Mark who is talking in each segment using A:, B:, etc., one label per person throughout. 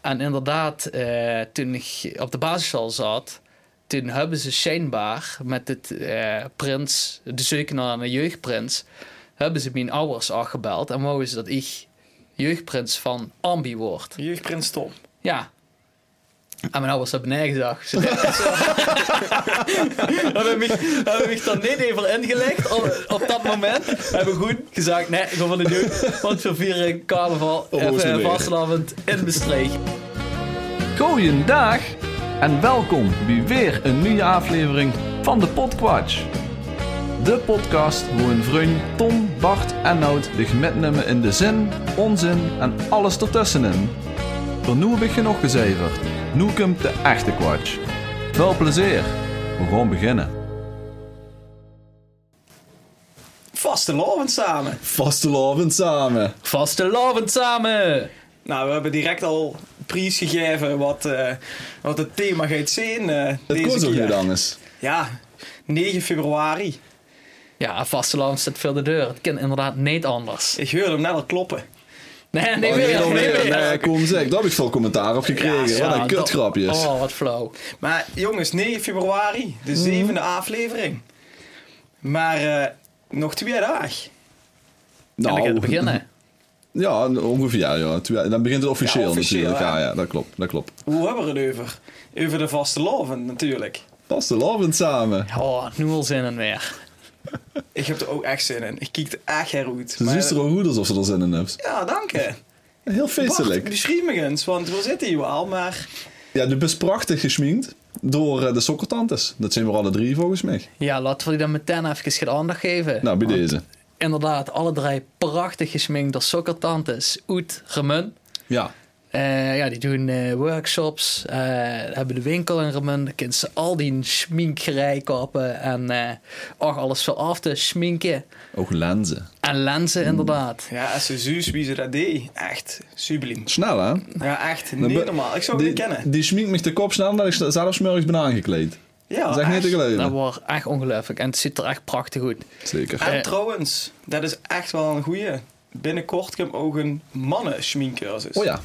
A: En inderdaad, eh, toen ik op de basisschool zat, toen hebben ze schijnbaar met het eh, prins, de zoeken naar een jeugdprins, hebben ze mijn ouders aangebeld en wouden ze dat ik jeugdprins van Ambi word.
B: Jeugdprins Tom.
A: Ja. En mijn ouders hebben nee gezegd. Ze hebben mij, hebben mij daar niet even ingelegd op, op dat moment. Hebben goed gezegd, nee, ik wil van de jeugd, want we vieren carnaval
C: Op ons
A: even
C: manier.
A: vastelavond in Bestreek.
D: Goeiedag en welkom bij weer een nieuwe aflevering van de Podquatch. De podcast waar een vriend Tom, Bart en Nout zich metnemen in de zin, onzin en alles ertussenin. Voor nu heb ik genoeg gezeverd. Nu komt de echte Quatsch. Veel plezier. We gaan beginnen.
B: Vastelovend samen.
C: Vastelavond samen.
A: Vastelavond samen!
B: Nou, we hebben direct al prijs gegeven wat, eh, wat het thema gaat zijn eh,
C: Het
B: deze
C: kon ook
B: keer.
C: niet anders.
B: Ja, 9 februari.
A: Ja, vastelavond staat veel de deur. Het kan inderdaad niet anders.
B: Ik hoorde hem net al kloppen.
A: Nee, nee,
C: Oh,
A: weer,
C: nee,
A: nee,
C: dan weer.
A: weer.
C: Nee, kom zeg. Daar heb ik veel commentaar op gekregen.
A: Ja,
C: Wat een
A: dat-
C: kutgrapjes.
A: Oh, wat flauw.
B: Maar jongens, 9 februari,
C: Mhm.
B: de zevende aflevering. Maar eh, nog twee dagen.
A: En dan
C: Nou,
A: gaat het beginnen.
C: Ja, ongeveer. Ja. Twee- Dan begint het officieel,
B: Ja, officieel,
C: natuurlijk. Ja,
B: ja.
C: ja, dat klopt. Dat klopt.
B: Hoe hebben we het over? Over de vastelovend natuurlijk.
C: Vastelavond samen.
A: Oh, nu al zin in weer.
B: Ik heb er ook echt zin in. Ik kiek er echt heroet.
C: Ze ziet er al goed alsof ze er zin in heeft.
B: Ja, dank je.
C: Heel
B: Bart,
C: feestelijk.
B: beschrijf me eens, want we zitten hier al, maar...
C: Ja, de best prachtig geschminkt door eh, de sokkertantes. Dat zijn we alle drie volgens mij.
A: Ja, laten we die dan meteen even geen aandacht geven.
C: Nou, bij
A: Want
C: deze.
A: Inderdaad, alle drie prachtig gesminkt door sokkertantes. Oet, Remun.
C: Ja.
A: Eh, ja, die doen eh, workshops, eh, hebben de winkel in Remun. Dan kunnen ze al die schminkerij kopen en eh och, alles veel af te schminken.
C: Ook lenzen.
A: En lenzen inderdaad.
B: Ja, als ze zus wie ze dat deed. Echt subliem.
C: Snel, hè?
B: Ja, echt.
C: Dan
B: Niet
C: be-
B: normaal. Ik zou het
C: die,
B: niet kennen.
C: Die schminkt me de kop snel dat ik zelfs morgens ben aangekleed.
B: Ja,
C: dat is echt niet te
B: echt.
C: geloven.
A: Dat wordt echt ongelooflijk en het ziet er echt prachtig uit.
C: Zeker.
B: En
A: Eh.
B: trouwens, dat is echt wel een goeie. Binnenkort komt ook een mannen schminkcursus.
C: Oh ja,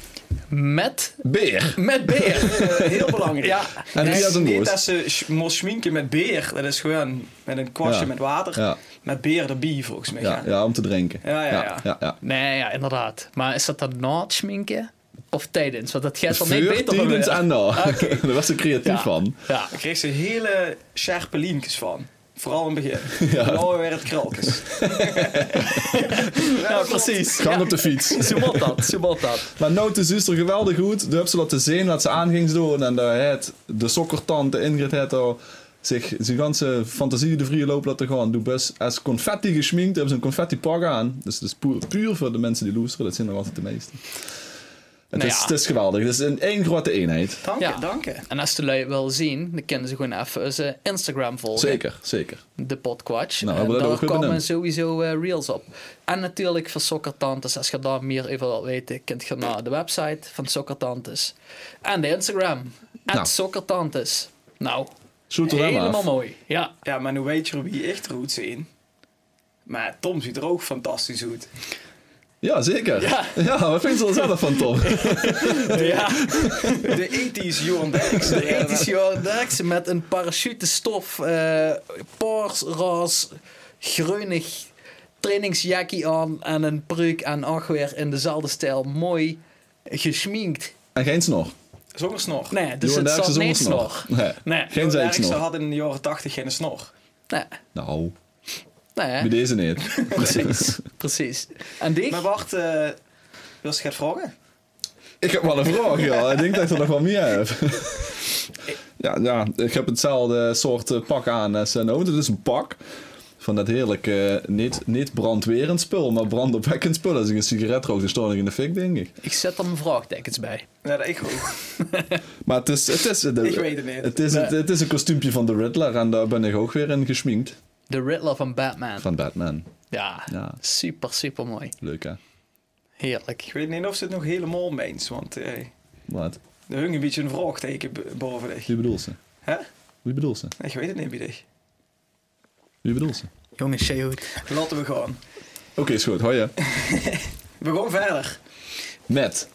A: Met,
C: beer.
A: met beer.
B: Eh, heel belangrijk.
A: Ja.
C: En wie
B: Het
C: had
B: is
C: een
B: niet
C: noos?
B: dat ze sch- moest schminken met beer. Dat is gewoon met een kwastje
C: Ja.
B: met water.
C: Ja.
B: Met beer erbij volgens mij.
C: Ja,
B: hè?
C: ja, om te drinken.
B: Ja, ja,
C: ja.
B: ja.
C: ja.
A: Nee, ja, inderdaad. Maar is dat dan na het schminken? Of tijdens? Want dat gaat dan niet
C: Vuur,
A: beter van
C: tienens
A: weer.
C: en nou. Daar was ze creatief
A: Ja.
C: van.
A: Ja.
B: Daar kreeg ze hele scherpe lientjes van. Vooral in het begin.
C: Ja.
B: Nou weer het kralkes. Nou,
A: ja, precies.
C: Gaan
A: Ja.
C: op de fiets.
A: Ze moet dat, ze moet dat.
C: Maar nou, de zuster geweldig goed. Daar heb ze laten zien wat ze aan ging doen. En daar had de sokkertante Ingrid had al zich zijn ganse fantasie de vrije loop laten gaan. Doe best als confetti geschminkt. Hebben ze een confetti pak aan. Dus dat is puur, puur voor de mensen die loesteren. Dat zijn er altijd de meesten. Het,
A: Nou
C: is,
A: ja. Oh,
C: het is geweldig. Het is een één grote eenheid.
B: Dank je,
A: Ja.
B: dank je.
A: En als de lui het wel zien, dan kunnen ze gewoon even onze Instagram volgen.
C: Zeker, zeker.
A: De Podquatch.
C: Nou,
A: en
C: hebben we dat
A: daar
C: ook weer
A: komen
C: benoemd.
A: sowieso eh, reels op. En natuurlijk voor Sokkertantes. Als je daar meer over wilt weten, kunt je naar de website van Sokkertantes. En de Instagram.
C: Nou.
A: Nou. Sokkertantes. Nou,
C: Zoet er wel maar
A: helemaal
C: af.
A: mooi. Ja.
B: Ja, maar nu weet je wie echt er goed zijn. Maar Tom ziet er ook fantastisch uit.
C: Ja, zeker. Ja,
A: Ja.
C: wat vindt ze er zelf van, Tom?
A: ja.
B: De 80s Johan Derks.
A: De ethisch Johan Derksen met een parachutestof, eh paars, roze, groenig trainingsjackie aan en een pruik en ook weer in dezelfde stijl mooi gesminkt.
C: En geen snor.
B: Zonder snor.
A: Nee, dus
C: Johan
A: het
C: Derksen
A: zat
C: zonder
A: niet
C: snor.
A: snor.
C: Nee.
A: Nee.
C: Geen
B: Johan Derksen
C: zijsnor.
B: had in de jaren 80 geen snor.
A: Nee,
C: Nou, bij
A: nee,
C: deze niet.
A: precies. precies. En die?
B: Maar wacht, eh wil je het vragen?
C: Ik heb wel een vraag, ja. Ik denk dat ik er nog wel meer heb. ja, ja, ik heb hetzelfde soort eh, pak aan als een auto. Het is een pak van dat heerlijke, eh, niet, niet brandwerend spul, maar brandopwekkend spul. Als ik een sigaret rook, dan stond ik in de fik, denk ik.
A: Ik zet er mijn vraagtekens bij.
B: Nee, dat ik ook.
C: Maar het is... Het is de-
B: Ik weet het niet.
C: Het is, het, is een kostuumpje van de Riddler en daar ben ik ook weer in geschminkt.
A: De Riddler van Batman.
C: Van Batman.
A: Ja,
C: Ja.
A: super, super mooi.
C: Leuk, hè?
A: Heerlijk.
B: Ik weet niet of ze het nog helemaal meent, want eh
C: Wat?
B: er hing een beetje een vraagteken b- boven dich.
C: Wie bedoelt ze?
B: Hè?
C: Wie bedoelt ze?
B: Nee, ik weet het niet bij dich.
C: Wie bedoelt ze? Oké,
A: Jongens, jij goed.
B: Laten we gaan.
C: is goed. Hoi, hè?
B: We gaan verder.
C: Met.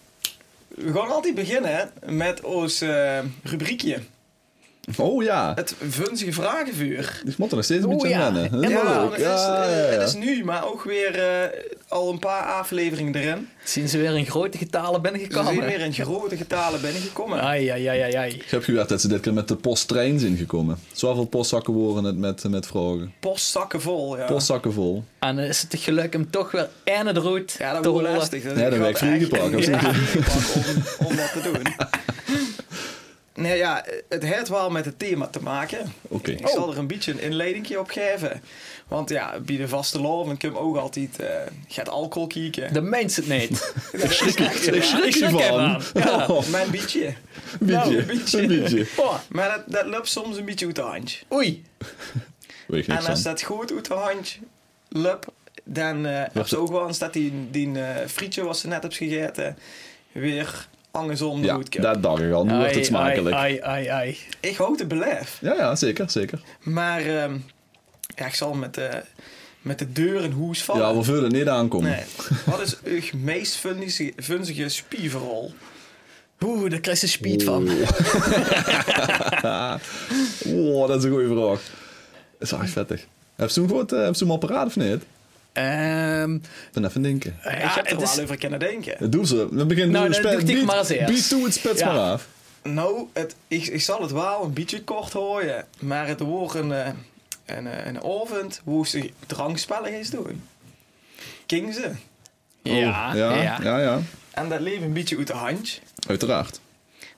B: We We gaan altijd beginnen met ons eh, rubriekje.
C: Oh ja,
B: Het vunzige vragenvuur.
C: ik moet er nog steeds een
A: Oh,
C: beetje
A: ja.
C: aan wennen.
A: En
C: Dat is wel
B: dat
C: leuk.
B: is,
C: Ja, ja,
B: Het
C: ja.
B: is nu, maar ook weer eh, al een paar afleveringen erin.
A: Zien ze weer in grote getalen
B: Dus we zijn
A: binnengekomen.
B: weer in grote getalen binnengekomen.
A: Ai, ai, ai, ai, ai.
C: Ik heb gewerkt dat ze dit keer met de posttrein zijn gekomen. Zoveel postzakken worden het met, met vragen.
B: Postzakken vol, ja.
C: Postzakken vol.
A: En dan is het geluk hem toch weer en de roet
B: ja, dat
A: te
B: wordt
A: horen.
B: lastig.
C: Ja, dan
B: gaat
C: werkt Vriegepark,
B: echt
C: of
B: een Vriegepark om, om dat te doen. Nee, ja, het heeft wel met het thema te maken.
C: Oké.
B: Ik zal er een beetje een inleiding op geven. Want ja, bij de vaste loven ik hem ook altijd... eh gaat alcohol kieken.
A: De mens het niet.
B: Dat is echt,
C: Ik
B: ja.
C: schrik
A: schrik
C: hiervan.
A: ervan.
B: Ja,
C: Oh,
B: mijn bietje. Nou,
C: Bietje,
B: een beetje.
C: een bietje.
A: Oh,
B: Maar dat, dat loopt soms een beetje uit de hand.
A: oei.
C: Weet je
B: En als
C: niks aan.
B: dat goed uit de hand loopt, dan eh heb ze ook wel eens dat die, die eh, frietje wat ze net hebt gegeten weer andersom de
C: Ja,
B: goed komt.
C: dat dacht ik al. Nu wordt
A: Ai,
C: het smakelijk.
A: Ai, ai, ai, ai.
B: Ik houd het beleef.
C: Ja, ja, zeker, zeker.
B: Maar ehm, ja, ik zal met de, met de deur in hoes vallen.
C: Ja, we vullen niet aankomen.
B: nee. Wat is uw meest vunzige, vunzige spieverrol?
A: Oeh, daar krijg je speed van.
C: Oh, dat is een goede vraag. Dat is echt vettig. Heb je hem goed, eh, heb je hem al paraat of niet?
A: Ehm,
C: Ik ben even denken.
B: Ja,
A: ja,
B: ik heb er
A: het is-
B: wel over kunnen denken.
C: Dat Doe ze. Dan begin
A: Nou,
C: de
A: dat
C: spel-
A: doe ik
C: bied-
A: maar als eerst.
C: Bied toe het spits
A: Ja.
C: maar af.
B: Nou, het, ik, ik zal het wel een beetje kort horen, maar het wordt een, eh, een, eh, een avond hoe ze drankspellen is doen. Ging ze.
A: ja,
C: Oh,
A: ja,
C: ja, ja, ja.
B: En dat leeft een beetje uit de hand,
C: Uiteraard.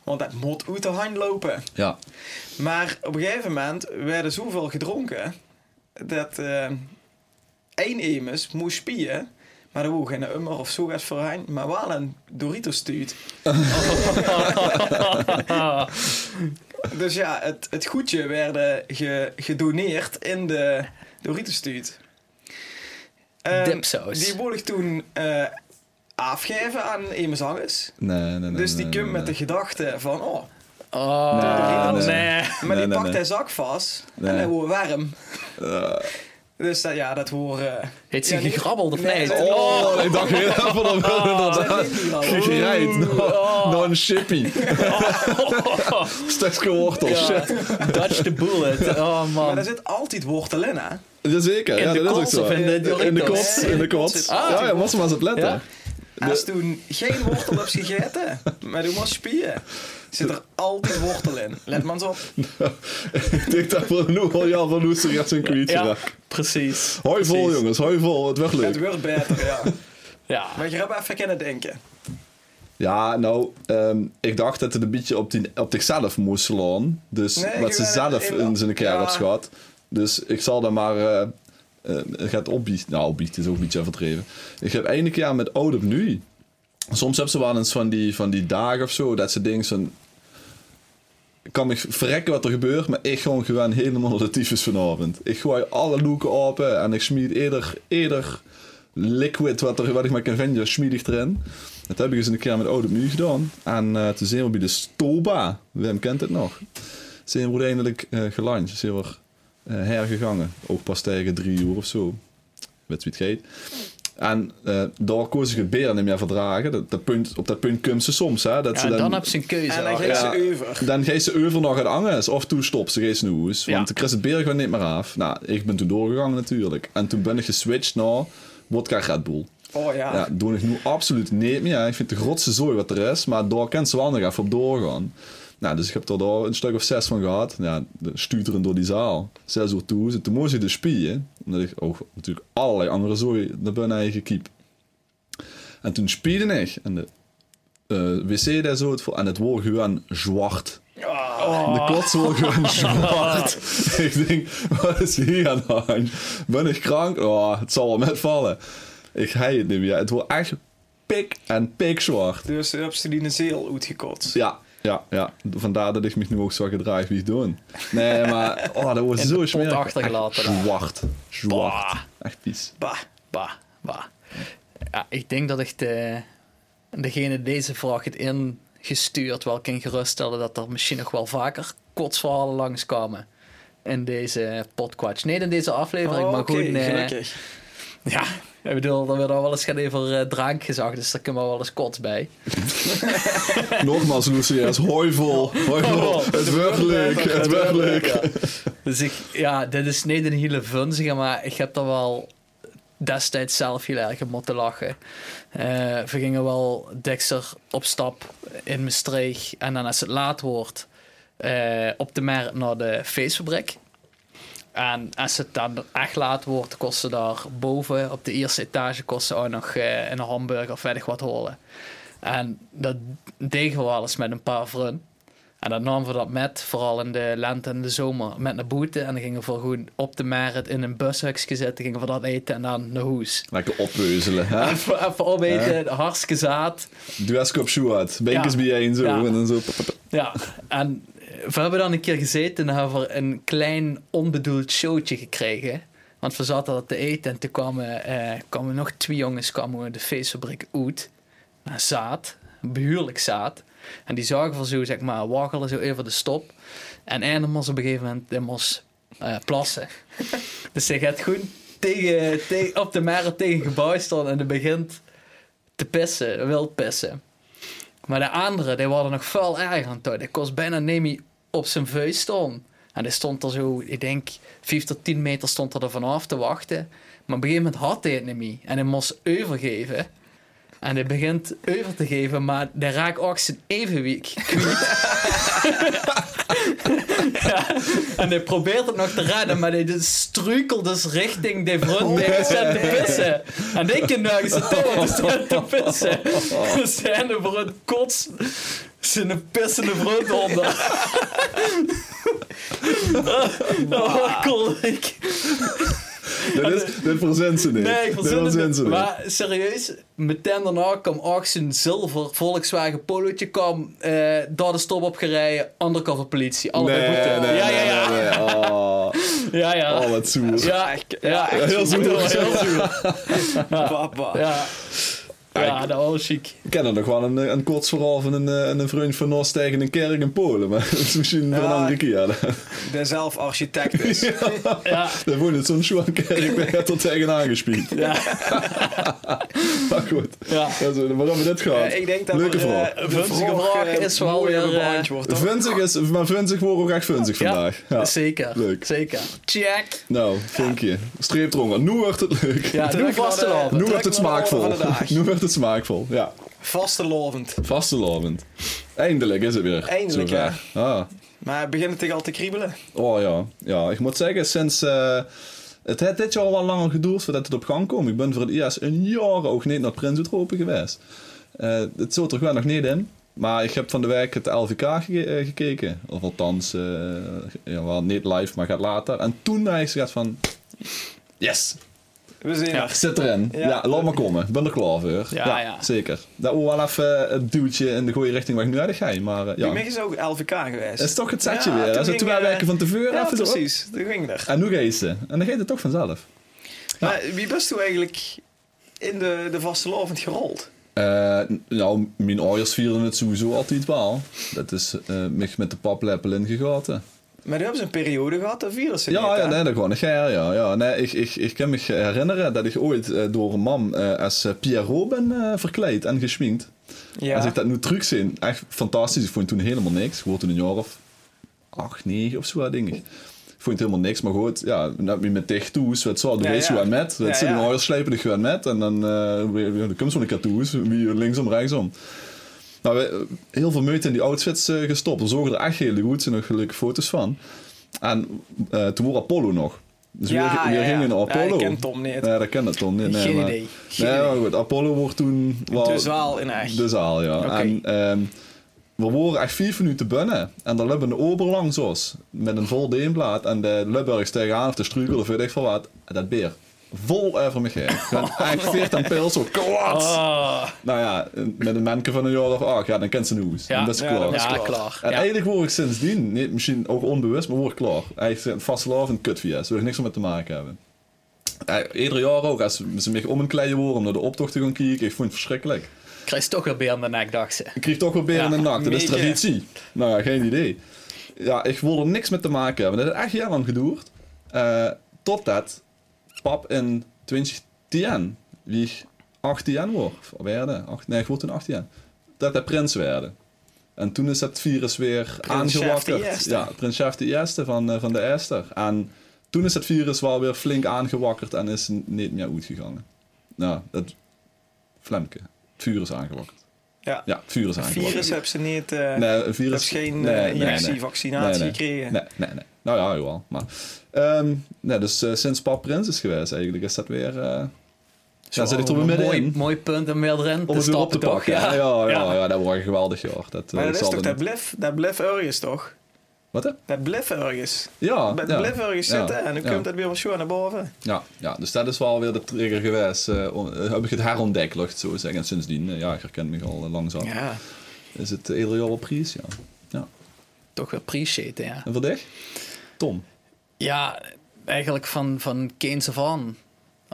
B: want dat moet uit de hand lopen.
C: Ja.
B: Maar op een gegeven moment werden zoveel gedronken dat eh, één emus moest spieën. Maar er woog geen ummer of zo gaat voorheen, maar wel een Doritos stuurt. Dus ja, het, het goedje werd eh, ge, gedoneerd in de Doritos stuurt. Ehm,
A: Dipsaus.
B: Die moest ik toen eh afgeven aan Emus Hangers.
C: Nee, nee, nee.
B: Dus die
C: nee,
B: komt
C: nee,
B: met de gedachte van, oh,
A: Oh,
C: Nee,
A: nee.
C: nee.
B: Maar
C: Nee,
B: die
C: nee,
B: pakt
C: nee.
B: hij zak vast
C: Nee. Eh.
B: en hij wordt warm. Dus dat, ja, dat wordt... eh,
A: Heeft ze
B: ja, niet-
A: gegrabbeld of nee?
B: Nee, nee,
C: Oh, ik dacht heel even dat
B: Oh, dat
C: we
B: weet ik wel.
C: Gereid.
B: Oh.
C: Non-shippy. Stukje wortels.
A: Ja.
C: Shit.
A: Dodge the bullet. Oh,
B: Maar
A: man.
B: daar zit altijd wortel in, hè?
C: Jazeker.
A: In
C: Ja,
A: de
C: dat is ook
A: kots
C: zo.
A: of in de
C: In de
A: Doritos?
C: kots. In de kots.
A: Ah.
C: Ja, ja, was maar eens op letten.
A: Ja.
B: Als toen geen wortel hebt gegeten, maar toen was spieren, zit er altijd wortel in. Let maar eens op.
C: Ik denk dat we nu al ja van Oester gaat zijn kwiet
A: Ja,
C: geraakt.
A: precies.
C: Hoi vol
A: Precies.
C: jongens, hoi vol, het werd leuk.
B: Het wordt beter, ja.
A: Ja.
B: Maar je hebt even kunnen denken.
C: Ja, nou, ehm, ik dacht dat het een beetje op, die, op zichzelf moest slaan. Dus
B: Nee, ik
C: wat ze
B: ben
C: zelf
B: helemaal-
C: in zijn kerf
B: ja.
C: schat. Dus ik zal dan maar... eh eh, gaat opbiechten. Nou, opbiechten is ook een beetje overdreven. Ik heb ene keer met Oud op Nu. Soms hebben ze wel eens van die, van die dagen of zo. Dat ze dingen van... Ik kan me verrekken wat er gebeurt, maar ik gewoon gewoon helemaal de tyfus vanavond. Ik gooi alle loeken open en ik smiet eerder, eerder liquid wat, er, wat ik maar kan vinden, smiet ik erin. Dat heb ik eens een keer met Oude Muur gedaan. En eh, toen zijn we bij de Stoba, Wim kent het nog, zijn we uiteindelijk eh geluncht. Zijn we eh, hergegangen, ook pas tegen drie uur of zo. Weet wie het geeft. En eh, daar koos ik het beer niet meer verdragen. Dat, dat punt, op dat punt komt ze soms. Hè, dat ze
A: Ja, dan heb ze een keuze.
B: En dan
A: hoor.
B: geeft
C: ja.
B: ze over.
C: dan geeft ze over nog het angers. Of toen stopt ze, geeft ze nu eens. Want
A: Ja.
C: de Chris het Beer gewoon niet meer af. Nou, ik ben toen doorgegaan natuurlijk. En toen ben ik geswitcht naar Wodka Red Bull.
B: Oh ja.
C: Ja, doe ik nu absoluut niet meer. Ik vind het de grotste zooi wat er is. Maar daar kan ze wel nog even op doorgaan. Nou, dus ik heb er daar een stuk of zes van gehad. Ja, de- stuiteren door die zaal. Zes uur toe. Ze- Toen moest ik de spieën. Omdat ik ook natuurlijk allerlei andere zooi naar binnen heb gekiept. En toen spierde ik. En de eh, wc daar zo het voor. En het woord gewoon zwart. De
A: Ah.
C: kots wordt gewoon zwart. ik denk, wat is hier aan de hand? Ben ik krank? Oh, het zal wel met vallen. Ik hei het niet meer. Het wordt echt pik en pikzwart.
B: Dus heb ze die een zeel uitgekotst.
C: Ja, ja, ja. Vandaar dat ik me nu ook zo gedraag wie ik doen. Nee, maar oh, dat wordt
A: In de
C: zo
A: pot
C: smerig.
A: achtergelaten.
C: Echt Zwart. Zwart.
A: Bah.
C: Echt vies.
B: Bah.
A: Bah, bah. Ja, ik denk dat echt eh, degene deze vraag het ingestuurd wel kan geruststellen dat er misschien nog wel vaker kotsverhalen langskomen in deze podcast. Nee, in deze aflevering,
B: Oh,
A: maar
B: Oké,
A: gewoon... eh,
B: gelukkig.
A: ja, Ik bedoel, dan wordt al wel eens gaan even eh drank gezag, dus daar kunnen we wel eens kots bij.
C: Nogmaals, Lucius, hooivol. Hooivol.
A: Oh,
C: Het werd leuk, het werd leuk.
A: Dus ik, ja, dit is niet een hele vunzige, maar ik heb er wel destijds zelf heel erg om moeten lachen. Eh, we gingen wel dikster op stap in Maastricht en dan als het laat wordt eh, op de markt naar de feestfabriek. En als het dan echt laat wordt, kost ze daar boven op de eerste etage kost ze ook nog eh, een hamburger of verder wat holen. En dat deden we wel eens met een paar vrienden. En dan namen we dat met, vooral in de lente en de zomer, met naar boete. En dan gingen we gewoon op de Merit in een bushuksje zitten, gingen we dat eten en dan naar hoes.
C: Lekker oppeuzelen. Hè?
A: Even, even opeten, hartstikke zaad.
C: Dueske op Sjoerd. Benkers
A: Ja.
C: bijeen zo.
A: Ja.
C: En dan zo. pop, pop, pop.
A: Ja, en eh, we hebben dan een keer gezeten en hebben we een klein onbedoeld showtje gekregen. Want we zaten dat te eten en toen kwamen, eh, kwamen nog twee jongens kwamen de feestfabriek uit. Naar zaad, behuurlijk zaad. En die zagen van zo, zeg maar, waggelen zo even de stop. En eindelijk moest op een gegeven moment die moest, eh, plassen. dus hij gaat gewoon tegen, tegen, op de meren tegen een gebouw staan en die begint te pissen, wild pissen. Maar de andere, die waren nog veel erger aan toe. Die kost bijna Nemi op zijn vuist om. En die stond er zo, ik denk, 5 tot 10 meter stond er er vanaf te wachten. Maar op een gegeven moment had hij het niet meer. En hij moest overgeven. En hij begint over te geven, maar die raakt ook zijn evenwicht kwijt. ja. En hij probeert het nog te redden, maar hij dus struikelt dus richting de front die hij staat te pissen. En ik kan nergens het touw te staan te pissen. Dus zijn de front kots zijn pissende front onder. Dat wakkelde Oh, ik.
C: Dit is, dit verzint ze niet.
A: Nee, ik
C: Dit
A: verzin
C: verzint
A: het
C: ze
A: niet.
C: niet.
A: Maar serieus, meteen daarna kwam ook zijn zilver Volkswagen Polootje kwam eh daar de stop op gereden, undercover politie, allebei
C: Nee,
A: boete.
C: nee,
A: ja, ja,
C: nee,
A: ja,
C: nee, nee. Oh,
A: ja, ja.
C: oh, wat zoer.
A: Ja, ja,
C: Ja, heel zoer.
A: Heel zuur.
B: Papa.
A: Ja. Ja, dat was chic.
C: Ik ken er nog wel een, een kort verhaal van een, eh, een vriend van ons tegen een kerk in Polen. Maar dat is misschien voor een
B: Ja.
C: andere keer.
B: Ik ben zelf architect dus.
A: Ja,
C: Daar woont het zo'n Sjoerd-kerk. Daar gaat er tegenaan gespied.
A: ja,
C: Maar goed.
A: ja.
C: Dat is- Waarom hebben we dit gehad?
B: Eh, ik denk dat
C: Leuke
B: we, eh,
C: vraag.
B: de
A: Vunzige vraag
B: eh,
A: is wel
B: mooi
A: weer,
B: hebben
A: eh,
B: beantwoord, toch?
C: Vunzig is, maar vunzig wordt ook echt vunzig vandaag. Ja.
A: Zeker.
C: Leuk.
A: Zeker. Check.
C: Nou, dank je. Streep eronder. Nu wordt het leuk.
A: Ja, doe vast te lopen.
C: nu
B: Trek
C: wordt het
B: naar de orde
C: smaakvol.
B: van de dag.
C: Nu wordt het smaakvol. Ja,
B: Vastelovend.
C: vastelovend. Eindelijk is het weer.
B: Eindelijk,
C: zover. Ah.
B: Maar begint het tegen al te kriebelen?
C: Oh ja. ja, ik moet zeggen, sinds. eh, het heeft dit jaar wel langer geduurd voordat het op gang kwam. Ik ben voor het eerst een jaar ook niet naar Prins Utropen geweest. Eh, het zult er gewoon nog niet in. Maar ik heb van de week het LVK ge- eh, gekeken. Of althans, eh, ja, wel niet live, maar gaat later. En toen heb ik gezegd van... Yes,
B: We zien
A: Ja.
B: er.
C: zit erin. Ja,
B: Ja.
C: laat maar komen. Ik ben er klaar voor.
A: Ja, ja.
C: Zeker. Dat was wel even het duwtje in de goede richting waar ik nu uit ga. Maar eh,
B: Die
C: ja,
B: Mick is ook LVK geweest.
C: dat is toch het setje
B: Ja,
C: weer.
B: toen
C: Dat is
B: ging,
C: twee
B: eh,
C: weken van tevoren.
B: Ja,
C: even zo, op.
B: precies. Dat ging er.
C: En nu ga je ze. En dan gaat het toch vanzelf.
B: Maar wie best toen eigenlijk in de, de vastelovend gerold?
C: Eh, n- nou, mijn ouders vieren het sowieso altijd wel. Dat is eh mij met de paplepel ingegoten.
B: Maar die hebben ze een periode gehad, dat vielen ze
C: Ja,
B: niet,
C: ja,
B: hè?
C: nee, dat gewoon een geir, ja. ja. Nee, ik, ik, ik kan me herinneren dat ik ooit eh, door een man eh, als eh, Pierrot ben eh, verkleed en geschminkt.
B: Ja.
C: Als ik dat nu terug zie, echt fantastisch. Ik vond toen helemaal niks. Ik word toen een jaar of acht, negen of zo, denk ik. Ik vond het helemaal niks, maar goed, ja, net wie met tattoos, wat zo, doe
B: Ja,
C: je zo
B: ja.
C: aan met. Dat
B: Ja,
C: zit in
B: ja.
C: oor slijpen, die gewoon met. En dan, eh weer- weer- dan komt zo'n tattoos, wie linksom, rechtsom. Nou, we, heel veel meuten in die outfits eh, gestopt. We zorgen er echt heel goed, er zijn nog gelukkig foto's van. En eh, toen word Apollo nog. Dus
B: Ja,
C: weer, weer
B: ja, ja.
C: gingen naar
B: Ja,
C: Apollo.
B: ik ken Tom niet.
C: Nee, dat kent Tom niet. Nee,
A: Geen
C: maar,
A: idee. Geen
C: nee,
A: idee.
C: maar goed, Apollo wordt toen... wel-
B: De zaal Dus in echt.
C: de zaal, Dus ja.
A: Oké.
C: En ehm, we waren echt vier minuten binnen. En dan hebben de ober langs ons. Met een vol deenblad. En de Lubbergs tegenaan of de struikel of weet ik veel wat. En dat beer. Vol over me heen. Gewoon Echt veert en pils zo klats.
A: Ah.
C: Nou ja, met een manke van een jaar of acht. Ja, dan kent ze nu.
A: Ja.
C: Ja, dat is
B: Ja,
C: klaar.
B: dat is
A: Ja,
B: klaar.
A: klaar.
C: En
A: Ja.
C: eigenlijk word ik sindsdien, niet, misschien ook onbewust, maar word ik klaar. Eigenlijk vastelavond kutvies, wil ik niks meer met te maken hebben. Eh, Ieder jaar ook, als ze mij om een kleien worden om naar de optocht te gaan kijken, ik vond het verschrikkelijk.
A: Krijg je toch weer bij aan de nek, dacht ze.
C: Ik kreeg toch wel beren in de nacht. Dat is
B: mega.
C: traditie. Nou ja, geen idee. Ja, ik wilde er niks mee te maken hebben. Dat is echt heel lang geduurd. Eh, totdat pap in 2010 wie ik 18 jaar word, werden, acht, nee, ik word toen 18 jaar, dat hij prins werden. En toen is dat virus weer
B: Prins Shaft de
C: aangewakkerd.
B: Eerste.
C: Ja, prins Shaft de Eerste van, eh, van de Esther. En toen is dat virus wel weer flink aangewakkerd en is n- niet meer uitgegaan. Nou, dat Flemke. Het vuur is aangewakkerd.
B: Ja.
C: Ja, het vuur is aangewakkerd.
B: Virus hebben ze niet... eh
C: nee, een
B: hebben
C: virus.
B: ze geen eh,
C: nee, nee,
B: injectie,
C: nee.
B: vaccinatie
C: Nee,
B: gekregen.
C: Nee, nee, nee. Nou ja, jawel. Maar, Ehm, nee, dus eh, sinds Pap Prins is geweest eigenlijk, is dat weer... eh ja, zit ik er weer
A: Mooi,
C: middenin.
A: mooi punt om weer erin
C: Om
A: te
C: het weer op
A: stappen,
C: te
A: toch?
C: pakken. Ja,
A: Ja.
C: ja, ja,
A: Ja.
C: ja, dat wordt een geweldig jaar. Dat, eh,
B: Maar dat is
C: zal
B: toch
C: er
B: dat
C: niet-
B: blef, dat blef ergens toch?
C: Wat hè?
B: Dat blef ergens.
C: Ja,
B: Bij
C: ja.
B: blef ergens
C: Ja,
B: zitten en dan
C: ja.
B: komt dat weer wat zo naar boven.
C: Ja, ja, dus dat is wel weer de trigger geweest. eh, om- eh, heb ik het herontdekt, laat ik het zo zeggen. En sindsdien, eh, ja, ik herken me al eh, langzaam.
B: Ja,
C: Is het uh, ieder jaar wel prijs, ja. ja.
A: Toch weer appreciaten, ja.
C: En voor dich? Tom.
A: Ja, eigenlijk van, van Keynes af aan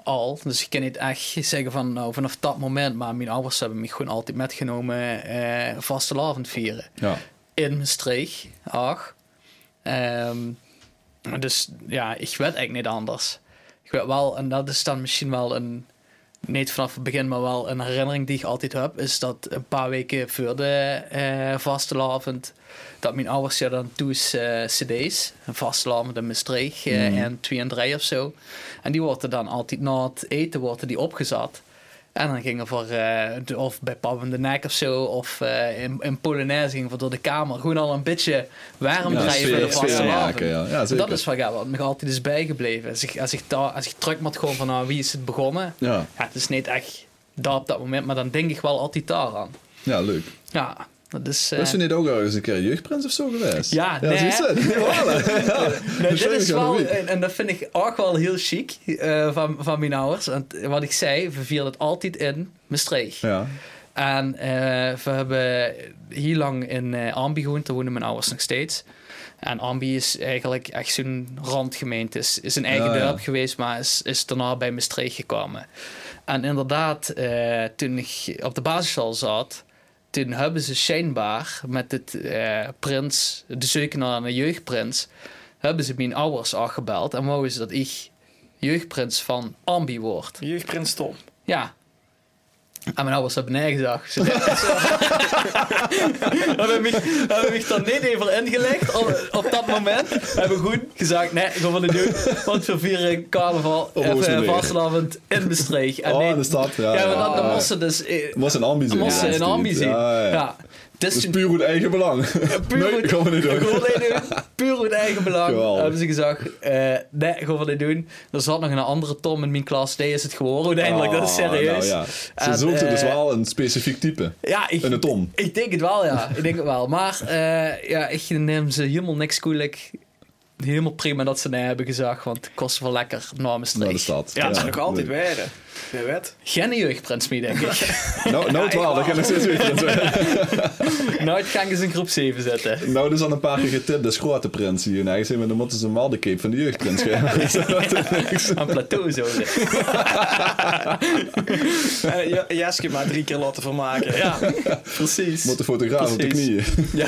A: al. Dus ik kan niet echt zeggen van nou, vanaf dat moment. Maar mijn ouders hebben me gewoon altijd metgenomen eh vastelavond vieren.
C: Ja.
A: In Maastricht, ach. Ehm, dus ja, ik weet eigenlijk niet anders. Ik weet wel, en dat is dan misschien wel een... Niet vanaf het begin, maar wel een herinnering die ik altijd heb. Is dat een paar weken voor de eh vastelavond... Dat mijn ouders ja dan toen eh, cd's. Een vastelavond in Maastricht. eh,
C: Mm.
A: En twee en drie of zo. En die worden dan altijd na het eten worden die opgezet. En dan gingen we eh, de- of bij Pap in de Nek of zo, of eh, in, in Polonaise gingen we door de kamer. Gewoon al een beetje warm
C: Ja,
A: drijven voor de
C: sfeer, sfeer
A: vastelavond.
C: maken, ja. ja zeker.
A: Dat is wat, ja, wat me altijd is bijgebleven. Als ik, als ik, daar, als ik terug moet gewoon van nou, wie is het begonnen.
C: Ja.
A: Ja, het is niet echt daar op dat moment, maar dan denk ik wel altijd daar aan.
C: ja, leuk.
A: Ja, dat is... eh,
C: Was je niet ook al eens een keer jeugdprins of zo geweest?
A: Ja, nee.
C: Ja, zie je het? Ja, voilà.
A: Nee,
C: Dat
A: dit
C: is
A: is
C: wel
A: wel,
C: een week.
A: en, en dat vind ik ook wel heel chic eh, van, van mijn ouders. Want wat ik zei, we vieren het altijd in Maastricht.
C: ja.
A: En eh, we hebben heel lang in eh Ambi gewoond, daar wonen mijn ouders nog steeds. En Ambi is eigenlijk echt zo'n randgemeente, is, is een eigen
C: Ja, ja.
A: dorp geweest, maar is, is daarna bij Maastricht gekomen. En inderdaad, eh, toen ik op de basisschool zat, toen hebben ze schijnbaar met het eh, prins, de zoeken naar een jeugdprins, hebben ze mijn ouders al gebeld en wouden ze dat ik jeugdprins van Ambi word.
B: jeugdprins Tom.
A: Ja. En mijn ouders hebben nee gezegd. Ze hebben mij, hebben mij er niet even ingelegd op, op dat moment. Hebben goed gezegd, nee, ik wil het niet doen. Want we vieren carnaval
C: Op Oosterweer.
A: even vastelavond in Bestreeg. En
C: Oh, Ah.
A: nee,
C: in de stad, ja,
A: Ja, maar
C: ja,
A: dat dan
C: ja.
A: moesten dus... eh,
C: Was een ambi zien.
A: moesten
C: ja,
A: in ambi zien.
C: Ja, ja.
A: Ja. Het
C: Dat
A: is
C: is
A: een
C: puur goed eigen belang.
A: puur
C: nee,
A: uit-
C: gaan we niet doen.
A: gewoon niet doen. Puur uit eigen belang
C: Geweldig.
A: hebben ze gezegd. eh nee, gaan we niet doen. Er zat nog een andere Tom in mijn klas. D is het geworden uiteindelijk. dat is
C: Ah,
A: serieus.
C: Nou, ja.
A: En,
C: Ze zochten dus
A: eh,
C: wel een specifiek type.
A: Ja, ik,
C: En een Tom.
A: ik denk het wel, ja. ik denk het wel. Maar eh, ja, ik neem ze helemaal niks koelijk. Helemaal prima dat ze nee hebben gezegd, want het kost wel lekker Nou, namens
C: Naar de stad.
A: Ja, ja.
B: Dat zou ik altijd
C: leuk.
B: werden. Bij wet.
A: Geen jeugdprins meer, denk ik.
C: Nou, nou 12, dan kan ik steeds weer.
A: Nooit gaan ze in groep 7 zetten.
C: eh, Nou, dus al een paar keer getipt, dat is grote prins hier. Nee, ik zeg maar, dan moeten ze hem wel de cape van de jeugdprins geven.
A: Aan plateau zo.
B: En Ja, Jaske maar drie keer laten vermaken.
A: Ja, precies.
C: Moet de fotograaf op de
A: Precies.
C: knieën.
A: Ja.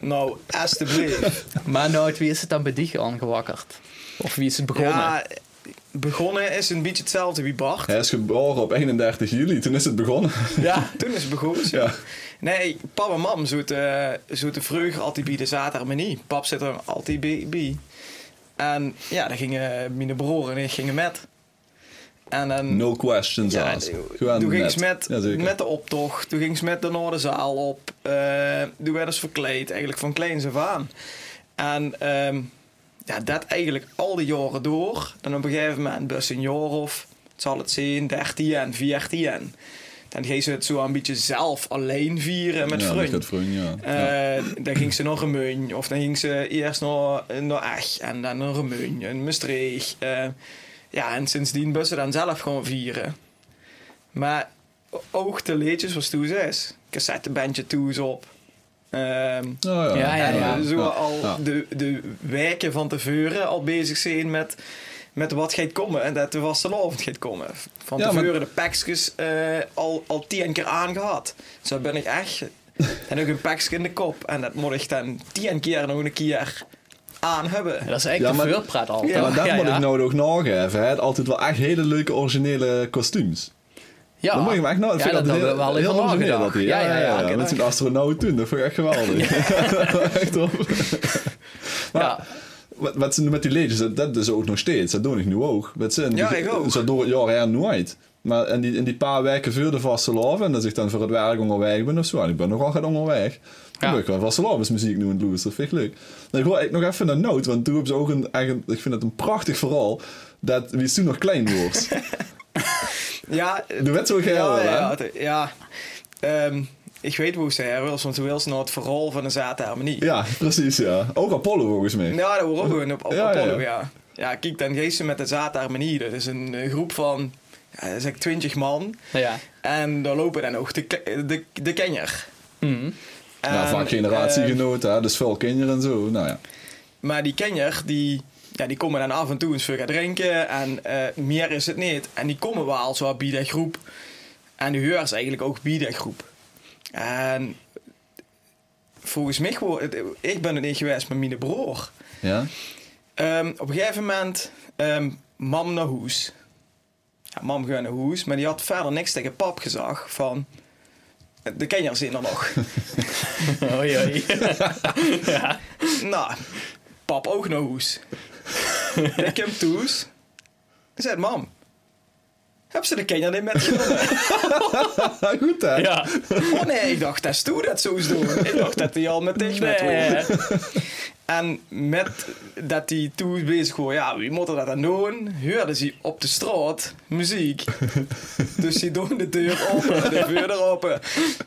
B: Nou, alsjeblieft.
A: Maar nooit, wie is het dan bij dich aangewakkerd? Of wie is het begonnen?
B: Ja, begonnen is een beetje hetzelfde wie Bart.
C: Hij is geboren op 31 juli, toen is het begonnen.
B: Hm.
A: ja.
B: Toen is het begonnen.
C: Ja,
B: Nee, pap en mam zoeten de vreugde altijd bij de zaterdag niet. Pap zit er altijd bij. bij. En ja, dan gingen mijn broer en ik gingen met. En dan...
C: no questions
B: Ja,
C: asked.
B: toen
C: Gewoon
B: ging
C: net.
B: ze met,
C: Ja, zeker.
B: met de optocht, toen ging ze met de Noorderzaal op. eh toen werden ze verkleed, eigenlijk van kleins af aan. En ehm, ja, dat eigenlijk al die jaren door. Dan op een gegeven moment best een jaar of, het zal het zijn, 13 en 14. Dan ging ze het zo een beetje zelf alleen vieren met
C: ja,
B: vrienden.
C: met vriend, ja. ja.
B: Eh, Dan ging ze naar Remun, of dan ging ze eerst naar, naar Ech en dan naar Remun en Maastricht. Eh, ja, en sindsdien ben ze dan zelf gewoon vieren. Maar ook de leedjes was toen zes. Cassettebandje toes op. Ehm,
C: Oh,
A: Ja, ja,
B: en
A: ja.
B: zo al
C: ja.
B: De, de wijken van tevoren al bezig zijn met, met wat gaat komen en dat de vastelavond gaat komen. Van
C: Ja, maar-
B: tevoren de pakjes eh, al, al tien keer aangehad. Zo ben ik echt. En ook een pakje in de kop. En dat moet ik dan tien keer nog een keer aan hebben.
A: Ja, dat is echt
C: Ja,
A: de
C: maar-
A: vuurpraat al.
B: Ja,
C: Ja, maar dat
A: ja,
C: moet
A: ja.
C: ik nou nog nageven. Hij had altijd wel echt hele leuke originele kostuums.
A: Ja.
C: Dat moet je hem echt nou, dat
A: ja,
C: vind ik
A: dat
C: altijd
A: hebben we al
C: heel,
A: even
C: heel origineel. Dat
A: nagedacht.
C: hij. Ja, ja, ja.
A: oké,
C: met
A: dank.
C: zijn astronaut toen, dat vond ik echt geweldig. echt top. Maar
A: Ja.
C: wat, wat ze nu met die ladies, dat, dat is ook nog steeds. Dat doe ik nu ook. Dat zijn,
B: Ja,
C: die-
B: ik ook.
C: Ze doen het jaar her nooit. Maar in die, in die paar weken vuur de vaste loven en dat ik dan voor het werk onderweg ben of zo. En ik ben nogal gaan onderweg. Dan
A: Ja.
C: ben ik wel vaste muziek nu in het loes. Dat vind ik leuk. Dan hoor ik nog even een noot, want toen hebben ze ook een, echt een- ik vind het een prachtig verhaal, dat wie is toen nog klein wordt.
B: Ja,
C: Doe het zo geil,
B: Ja,
C: hè?
B: ja, het- ja. Ehm, ik weet hoe ze her wil, want ze wil snel het verhaal van een zaten harmonie.
C: ja, precies ja. Ook Apollo volgens mij.
B: Ja, dat wordt ook gewoon op, op
C: Ja, ja.
B: Apollo, ja. ja. kijk, dan geeft ze met de zaten harmonie. Dat is een eh, groep van, ja, dat is echt 20 man.
A: Ja.
B: En daar lopen dan ook de, ke- de, de kenjer.
A: Mhm.
C: Nou,
B: En,
C: vaak
B: eh,
C: generatiegenoten, hè, dus veel kinderen en zo. Nou ja.
B: Maar die kenjer, die, ja, die komen dan af en toe eens voor gaan drinken. En eh, meer is het niet. En die komen wel zo bij de groep. En de huurders eigenlijk ook bij de groep. En volgens mij, gewoon- het- ik ben het niet geweest met mijn broer.
C: Ja?
B: Ehm, op een gegeven moment, ehm, mam naar hoes. Ja, mam ging naar hoes, maar die had verder niks tegen pap gezag van... De kenjers zijn er nog.
A: Oei, oei.
B: Nou, pap ook naar hoes. Ik heb toes. Ik zei, mam, heb ze de Kenia niet met genomen?
C: Ah, goed hè?
A: Ja.
B: Oh nee, ik dacht, dat is toe dat zo is doen. Ik dacht dat hij al met tegen met
A: Nee.
B: wordt. En met dat die toes bezig was, ja, wie moet er dat dan doen? Huurde ze op de straat muziek. Dus die doen de deur open, de deur open.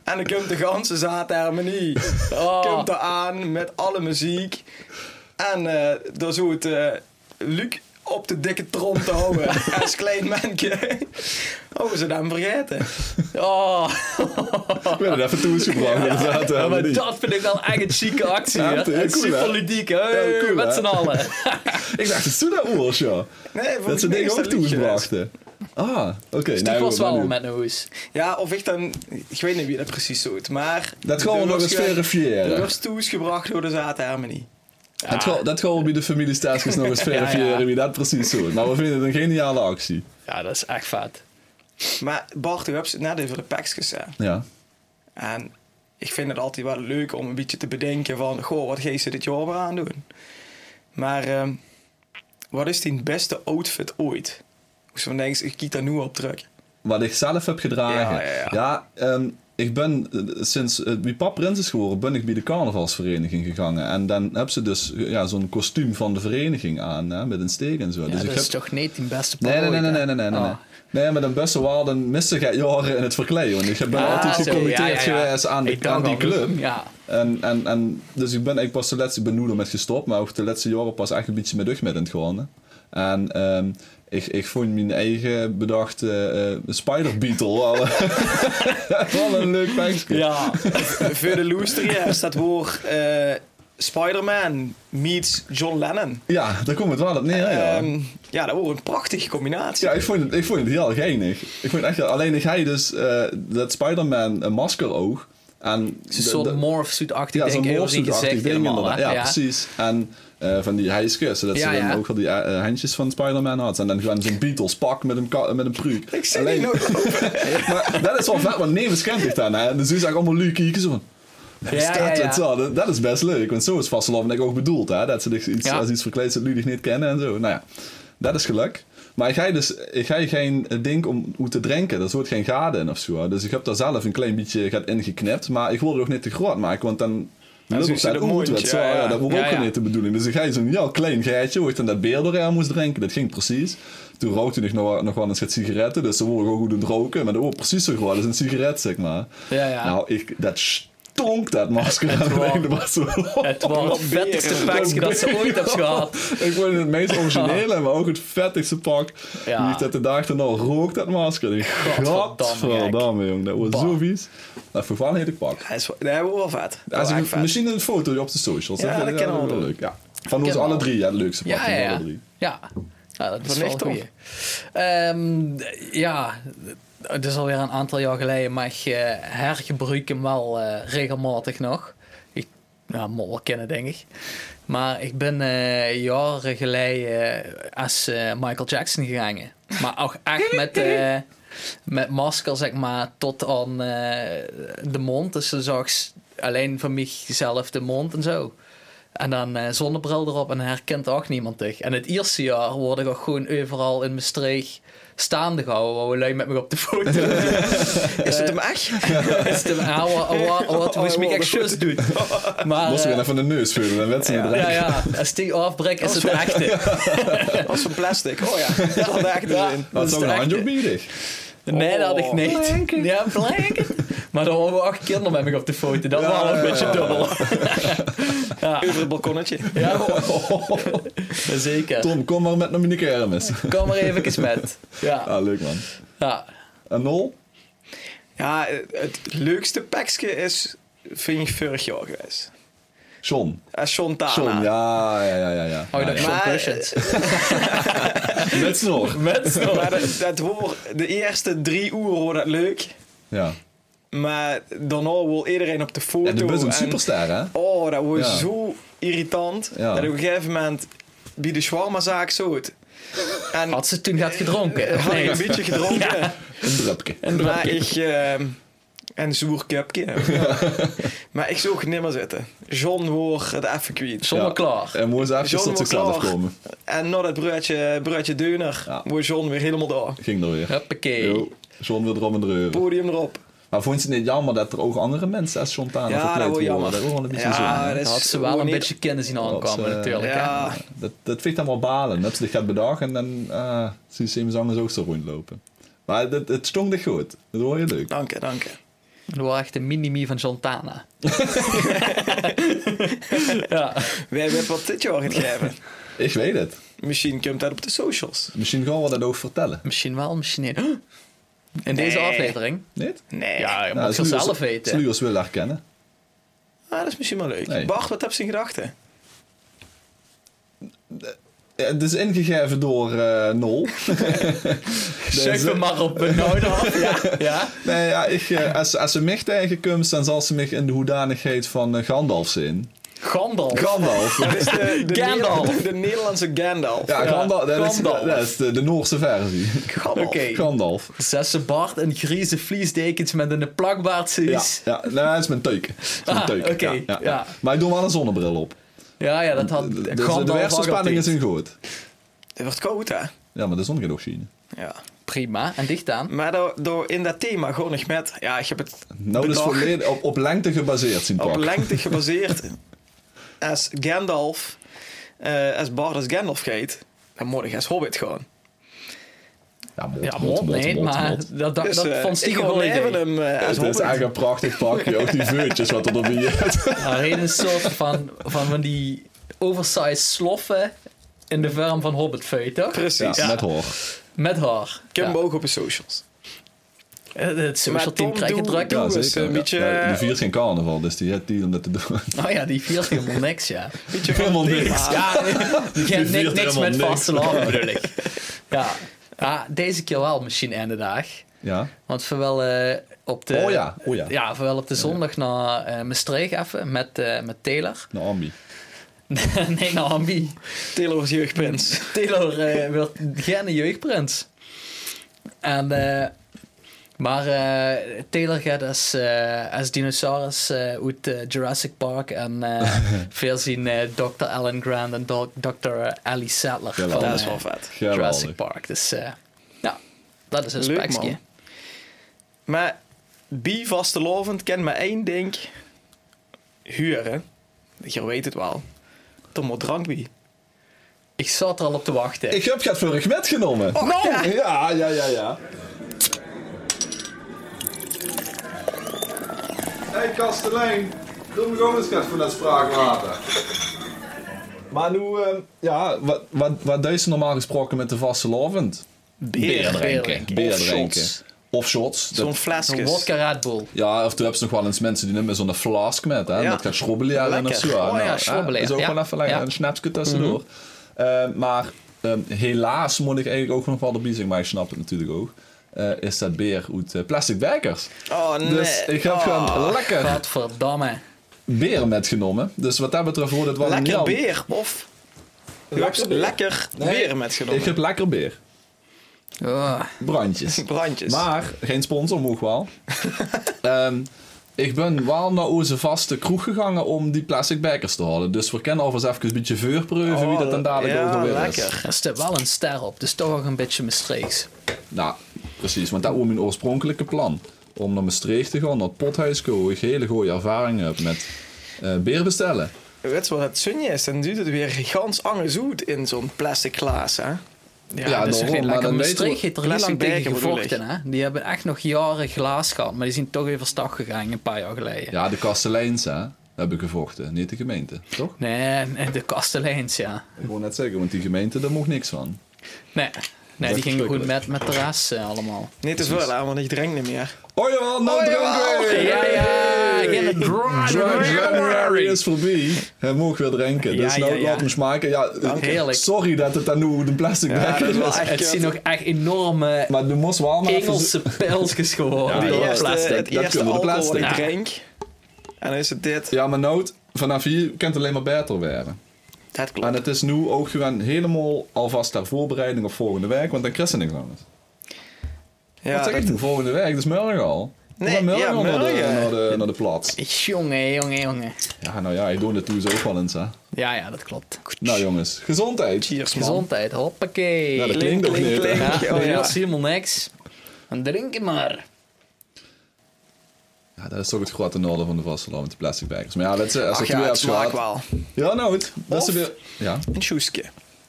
B: En dan komt de ganse zaadharmonie.
A: Oh.
B: komt er aan met alle muziek. En eh daar zo het eh, Luc op de dikke trom te houden. Als klein mannetje. Oh, ze dan vergeten.
A: Oh.
C: Ik ben er even toe eens gebracht. eh, Ja,
A: Ja, maar
C: niet.
A: dat vind ik wel echt een chique actie.
C: Ja,
A: hè.
C: dat is
A: En
C: cool, hè?
A: super ludiek, hè?
C: Ja, cool, hè?
A: met z'n allen.
C: Ik dacht, het is toen dat oors, ja.
B: Nee, volgens
C: Dat ze
B: mij
C: dingen
B: is
C: ook
B: dat Luc geweest.
C: toesbrachten. Ah, oké.
A: Dus
C: nou,
A: toen was
C: goed,
A: wel
C: maar nu-
A: met een hoes.
B: Ja, of ik dan... Ik weet niet wie dat precies doet, maar...
C: Dat gaan we nog eens
B: Er
C: verifiëren.
B: was toes gebracht door de zaadharmonie.
C: Dat gaan- Dat gaan we bij de familie Staatjes nog eens verifiëren
A: ja.
C: wie dat precies zo is. Maar we vinden het een geniale actie.
A: Ja, dat is echt vet.
B: Maar Bart, u hebt het net over de pakjes hè.
C: Ja.
B: En ik vind het altijd wel leuk om een beetje te bedenken van... Goh, wat geeft ze dit jaar weer aan doen? Maar ehm, wat is die beste outfit ooit? Moest van denken, ik kiet daar nu op terug.
C: Wat ik zelf heb gedragen.
B: Ja, ja, ja.
C: ehm, ik ben eh, sinds uh, wie pap prins is geworden, ben ik bij de carnavalsvereniging gegaan. En dan heb ze dus eh, ja, zo'n kostuum van de vereniging aan, hè, met een steek en zo.
A: Ja,
C: dus
A: dat
C: ik
A: is
C: heb
A: toch niet die beste
C: Nee, nee,
A: pol
C: nee, nee,
A: ooit, hè?
C: nee, nee, nee, nee.
A: Oh.
C: Nee, maar dan best wel, dan miste jij jaren in het verkleden. Want ik ben
A: Ah,
C: altijd
A: zo,
C: gecommitteerd
A: ja, ja, ja.
C: geweest aan,
A: Ik
C: de,
A: dacht
C: aan die
A: al,
C: club.
A: Ja.
C: En, en, en, dus ik ben ik pas de laatste, ik ben nu er met gestopt, maar ook de laatste jaren pas echt een beetje met met het gewonnen. En ehm, ik, ik vond mijn eigen bedachte eh, Spider Beetle wel, eh, wel een leuk pakje.
A: Ja.
B: Voor de loester is dat woord eh, Spider-Man meets John Lennon.
C: Ja, daar komt het wel op neer. ja.
B: Ehm, ja, dat wordt een prachtige combinatie.
C: Ja, ik vond, het, ik vond het heel geinig. Ik vond het echt, alleen ik hij dus eh, dat Spider-Man een maskeroog. En
A: Het is
C: de-
A: Een soort
C: de-
A: morphsuit-achtig,
C: Ja,
A: denk
C: zo'n
A: ik. Heel ziek
C: morfsuitachtig
A: gezicht
C: ding
A: helemaal,
C: inderdaad.
A: hè?
C: Ja, precies. En eh, van die hijskus, zodat
A: Ja,
C: ze dan
A: ja.
C: ook al die eh, eh, handjes van Spider-Man had. En dan gewoon zo'n Beatles pak met een, ka- eh, met een pruik.
B: Ik zie
C: Alleen-
B: die nog.
C: maar dat is wel vet, want nee, beschermd dan. Hè. Dus toen zag ik allemaal leuk kijken zo van...
A: Ja,
C: staat
A: ja, ja.
C: het zo? Dat, dat is best leuk, want zo is Vasselhoff ik ook bedoeld. Hè? Dat ze zich iets,
A: Ja.
C: als iets verkleed dat jullie niet kennen en zo. Nou ja, dat is geluk. Maar ik ga dus ik ga geen eh, ding om hoe te drinken. Er wordt geen gade in of zo. hè. Dus ik heb daar zelf een klein beetje gaat ingeknipt. Maar ik wil er ook niet te groot maken, want dan...
A: dus
B: zoekt
C: lubbelt
B: ze
C: dat
B: de
C: oet
B: mondje,
C: wat zo,
B: ja,
C: ja,
B: ja.
C: Dat was
A: Ja,
C: ook
A: ja.
C: niet de bedoeling. Dus ik ga zo'n heel klein geitje, hoe ik dan dat beer doorheen moest drinken. Dat ging precies. Toen rookte ik nog, nog wel eens wat sigaretten, dus ze worden gewoon goed aan het roken. Maar dat was precies zo groot als een sigaret, zeg maar.
A: Ja, ja.
C: Nou, ik, dat stonk, dat masker. aan het
A: was-
C: einde, dat was zo-
A: Het was het
B: beren.
A: vettigste pakje dat ze ooit hebben gehad.
C: ik vond het het meest originele, maar ook het vettigste pak.
A: Ja.
C: Niet dat de dag daarna rook dat masker. Ik-
A: Godverdamme,
C: Godverdamme, jong. Dat was
A: Bah.
C: zo vies. Dat vervallen heet ik pak.
B: Dat is- dat hebben we wel vet. Dat
C: Als
B: is
C: een,
B: echt vet.
C: misschien een foto op de socials.
B: Ja, dat kennen we
C: vind ik
B: wel.
C: leuk. Ja. Van ons
A: Kennen we
C: alle
A: wel.
C: drie, ja, het leukste pak
A: Ja,
C: van
A: ja, ja.
C: alle drie.
A: ja. Ja, dat is
B: Van
A: wel
B: echt
A: een goeie. Ehm, d- ja, d- het is alweer een aantal jaar geleden, maar ik eh, hergebruik hem wel eh, regelmatig nog. Ik ja, moet wel kennen, denk ik. Maar ik ben eh, jaren geleden eh, als eh, Michael Jackson gegaan. Maar ook echt met, eh, met masker, zeg maar, tot aan eh, de mond. Dus dan zag ik s- alleen van mijzelf de mond en zo. En dan eh, zonnebril erop en dan herkent ook niemand dich. En het eerste jaar word ik ook gewoon overal in mijn streek staande gehouden. Waar we lui met me op de foto.
B: Is het hem echt?
A: is het een oude, wat, wat moest ik echt zus doen. Maar,
C: Moest ik
A: eh,
C: even Oh, van de neus vullen, dan werd ze niet
A: ja,
C: raar.
A: ja, als die afbreekt is het de echte.
B: Als van plastic. Oh ja, dat zat er echt
A: Ja.
B: in.
C: Dat is ook
A: de
C: een
A: echte.
C: handje biedig.
A: Nee, dat had ik
B: Oh,
A: niet. Ja, blanket. Maar dan waren we acht kinderen met me op de foto. Dat
C: Ja,
A: was wel een
C: ja,
A: beetje
C: ja.
A: dubbel. ja,
B: Over het balkonnetje.
A: ja, zeker.
C: Tom, kom maar met naar mijn kermis.
A: Kom maar even met. Ja,
C: Ah, leuk man.
A: ja.
C: En Nol?
B: Ja, het leukste pakje is, vind ik, vorig jaar geweest.
C: John.
B: Eh, Shontana.
C: John, ja, ja, ja, ja. ja.
A: Oh,
C: ja,
A: dat
C: ja.
A: Sean
B: Maar-
A: Cushions.
C: eh, Met snor.
A: Met snor.
B: Maar dat, dat woord, de eerste drie uur hoor dat leuk.
C: Ja.
B: Maar daarna wil iedereen op de foto.
C: ja, de bus is een
B: en-
C: superster, hè?
B: Oh, dat wordt
C: Ja.
B: zo irritant.
C: Ja.
B: Dat op een gegeven moment bij de shawarma-zaak zoot. En
A: Had ze toen gehad
C: Eh,
A: gedronken?
B: had
A: Of
B: ik
A: nee?
B: een beetje gedronken.
C: Een drupje.
B: En maar ik... ehm, en zoer cupje. Maar ik zou het nimmer zitten. John hoor het even kwijt.
A: Zonder
C: Ja.
A: klaar.
C: En moest even
B: John
C: tot
B: wordt
C: zichzelf
B: klaar.
C: komen.
B: En na dat broodje, broodje deuner
C: Ja.
B: wordt John weer helemaal daar.
C: Ging er weer.
A: Huppakee.
C: Jo, John weer erom en dreuven.
B: Podium erop.
C: Maar vond je het niet jammer dat er ook andere mensen als Chontana
B: Ja, dat
C: verkleed
B: wordt
C: worden?
B: jammer.
C: Dat wordt wel een beetje
B: Ja,
C: zonde, hè?
B: dat is
A: Had ze wel
B: gewoon
A: een
B: niet-
A: beetje kennis zien aankomen
C: Had ze-
A: natuurlijk. hè?
B: Ja,
C: Dat, dat vind ik dan wel balen. Dat ze dit gaat bedagen en dan ah, zie je Simzangers ook zo rondlopen. Maar het, het stond echt goed. Dat hoor je leuk.
B: dank je, dank je.
A: Dat was echt een minimi van Santana. ja.
B: Wij hebben wat dit jaar gegeven.
C: Ik weet het.
B: Misschien komt dat op de socials.
C: Misschien gaan we dat ook vertellen.
A: Misschien wel, misschien niet. In deze
B: Nee.
A: aflevering?
C: Niet?
B: Nee.
A: Ja, je
C: Nou,
A: moet het
C: sluwers-
A: zelf weten.
C: Sluwers wil herkennen.
B: Ah, dat is misschien wel leuk.
C: Nee.
B: Bart, wat heb je in gedachten?
C: Ja, het is ingegeven door eh, Nol.
A: Zeg
C: Deze-
A: me maar op benauwd af. Ja. ja.
C: Nee, ja, ik, eh, als, als ze mij tegenkomt, dan zal ze mij in de hoedanigheid van eh, Gandalf zien.
A: Gandalf.
C: Gandalf?
B: Dat is de, de
A: Gandalf.
B: Nederlandse- de Nederlandse Gandalf.
C: Ja, Gandalf. Dat is,
A: Gandalf.
C: dat is de, de Noorse versie.
B: Gandalf.
A: Oké.
C: Gandalf.
A: Zesse baard en grieze vliesdekens met een
C: Ja,
A: plakbaardsuus. Ja.
C: ja, nee, dat is mijn teuk. Dat is mijn
A: Ah,
C: teuk,
A: oké, ja.
C: Maar ik doe wel een zonnebril op.
A: ja, dat had
C: Dus
A: Gandalf
C: de
A: ook
C: werkspanning
A: al
C: is een goed.
B: Het wordt koud, hè?
C: Ja, maar de zon gaat ook zien.
B: Ja.
A: Prima, en dicht aan.
B: Maar door, door in dat thema gewoon nog met... Ja, ik heb het
C: Nou, dus
B: bedacht,
C: volledig op, op lengte gebaseerd zien
B: op
C: pak.
B: lengte gebaseerd. als Gandalf, eh, als Bart als Gandalf gaat, dan moet ik als Hobbit gewoon.
C: Ja, mot,
A: Ja,
C: mot,
A: mond
C: mot,
A: nee,
C: mot,
A: maar
C: mot.
A: dat, dat,
B: Dus,
A: dat
B: eh,
A: vond
B: ik
A: Stieke
B: gewoon
A: gewoon
B: even
A: idee.
B: hem eh, als
C: Het is
B: Hobbit.
C: eigenlijk een prachtig pakje. Ook die veurtjes wat er erbij is.
A: Alleen een soort van, van, van die oversized sloffen in de vorm van Hobbit toch?
C: Ja,
B: Precies.
C: met hoor.
A: Met haar. Eh,
B: Ik heb
A: Ja.
B: hem ook op de socials.
A: Het- Het
B: Maar
A: social
B: Tom,
A: team krijgt het
B: doe-
A: druk.
C: Ja,
B: eens
C: zeker.
B: een
C: ja.
B: beetje-
C: Ja, de viert geen carnaval, dus die heeft die om dat te doen.
A: Oh ja, die viert helemaal niks, ja.
B: Beetje van
C: Helemaal
B: thema.
C: niks.
A: Ja, die
C: viert
A: kent ni- niks
C: helemaal
A: met
C: niks.
A: vaste lagen, bedoel ik. Ja. ja, deze keer wel misschien einde dag.
C: Ja.
A: Want voor wel eh, op de...
C: Oh ja, oh ja.
A: Ja, voor wel op de zondag naar eh Maastricht even met, eh, met Taylor.
C: Nou, Ambi.
A: nee, naar Ambi.
B: Taylor's jeugdprins.
A: Taylor eh wil gerne jeugdprins. En, eh, maar eh, Taylor gaat als, eh, als dinosaurus eh, uit eh, Jurassic Park en eh veel zien eh, Dr. Alan Grant en doc- Dr. Ali Sattler
C: Geweldig.
A: van
B: Dat is
A: eh,
B: wel vet.
A: Jurassic
C: Geweldig.
A: Park. Dus eh, ja, dat is een
B: Leuk,
A: spekje.
B: man. Maar bi vastelovend kent maar één ding. Huren. Je weet het wel. Tom moet drank bij.
A: Ik zat er al op te wachten.
C: Ik heb het vorig metgenomen.
A: no!
C: Nou, Ja, ja, ja, ja. Hey Kastelein, doe me gewoon eens gat voor dat spraakwater. Maar nu, eh, ja, wat, wat, wat deed ze normaal gesproken met de vaste lovend?
A: drinken.
C: Beer
A: Of
C: drinken.
A: shots.
C: Of shots. Dat-
B: Zo'n
A: Een
B: flesjes.
A: vodka Red Bull.
C: ja, of toen hebben ze nog wel eens mensen die nemen zo'n flask met, hè.
B: Ja.
C: Dat gaat schrobbelen en of
B: Lekker.
C: zo.
B: Oh
A: ja,
C: hè,
A: schrobbelen,
C: Dat is ook
A: ja.
C: wel even lekker.
A: Ja.
C: Een snapsje tussendoor.
B: Mhm.
C: Eh, maar ehm, helaas moet ik eigenlijk ook nog wel erbij zeggen, maar ik snap het natuurlijk ook. eh, is dat beer uit eh, plastic bekers.
B: Oh nee.
C: Dus ik heb
B: Oh.
C: gewoon lekker
A: Godverdamme.
C: beer metgenomen. Dus wat dat betreft wordt het wel een
B: Lekker
C: Jan.
B: beer, of? U hebt lekker
C: Nee.
B: beer metgenomen.
C: Ik heb lekker beer.
A: Oh,
C: Brandjes.
B: Brandjes.
C: Maar, geen sponsor, mocht wel. Ehm, ik ben wel naar onze vaste kroeg gegaan om die plastic bekers te halen. Dus we kennen alvast even een beetje vuurpreuven
A: Oh,
C: wie dat dan dadelijk
B: ja,
C: ook alweer
B: lekker.
C: is.
A: er staat wel een ster op, dus toch ook een beetje mistreeks.
C: Nou, precies. Want dat was mijn oorspronkelijke plan. Om naar Maastricht te gaan, naar het pothuisco, waar ik hele goede ervaring heb met eh, beer bestellen.
B: Weet je wat het zunje is? Dan doet het weer gans angezoet in zo'n plastic glaas, hè?
A: Ja,
C: Ja,
A: dat is
C: daarom,
A: echt niet
C: maar
A: lekker.
C: dan
A: Maastricht
C: weten we-
A: heeft er heel lang
B: Plastic
A: tegen
B: bergen bedoel
A: gevochten.
B: ik.
A: Hè? Die hebben echt nog jaren glaas gehad, maar die zijn toch even stag gegaan een paar jaar geleden.
C: Ja, de Kasteleins, hè, hebben gevochten. Niet de gemeente, toch?
A: Nee, nee, de Kasteleins, ja.
C: Ik wou net zeggen, want die gemeente, daar mocht niks van.
A: Nee, nee
C: Dat
A: die gingen goed
C: is
A: met,
C: verschrikkelijk.
A: met de rest eh, allemaal.
B: Niet te veel, hè, want ik drink niet meer.
C: Oh ja, no drunk weer!
A: oh, Ja, ja, ik heb het Ah,
C: Dry January
A: January.
C: is voorbij. Hij mocht weer drinken. Dus
B: Ja,
C: nou,
B: ja, ja.
C: laat hem smaken. Ja, eh,
A: Heerlijk.
C: Sorry dat het dan nu de plastic
B: Ja,
C: beker
B: dat is wel
C: is.
B: echt
A: Het
B: kut.
A: zijn nog echt enorme
C: Maar de mos wel maar even-
A: Engelse pijltjes geworden
C: Ja, eh,
B: De
A: door
C: ja.
A: het
B: eerste,
A: plastic.
B: het
C: dat
B: eerste
C: kunnen we de
B: alcohol wat ik
A: Ja.
C: plastic.
B: drink. En dan is het dit.
C: Ja, maar nood, vanaf hier kan het alleen maar beter werden.
B: Dat klopt.
C: En het is nu ook gewoon helemaal alvast ter voorbereiding op volgende week, want dan krijg je niks anders.
B: ja,
C: Wat zeg ik
B: dat-
C: nu? Volgende week, dat is morgen al.
B: Nee,
C: We gaan morgen
B: ja,
C: al naar, de,
B: morgen.
C: naar, de, naar de plaats.
A: Jongen, jongen, jongen.
C: Ja, nou ja, ik doe dat toe zo ook wel eens, hè.
A: Ja, ja, dat klopt.
C: Nou jongens, gezondheid.
B: Cheers, man.
A: Gezondheid, hoppakee.
C: Nou, dat
A: Ja,
C: klinkt ook
B: klink,
C: niet, hè.
B: klink.
A: ja,
B: Oh, ja.
A: dat is helemaal niks. Dan drink je maar.
C: Ja, dat is toch het grote noorden van de vasteland met die plastic bekers. Maar ja, dat is als
B: Ach
C: het
B: ja,
C: weer
B: het
C: hebt
B: smaakt
C: gehad.
B: wel.
C: Ja, nou het. Dat is
B: Of-
C: weer... Ja.
B: Een sjoeske.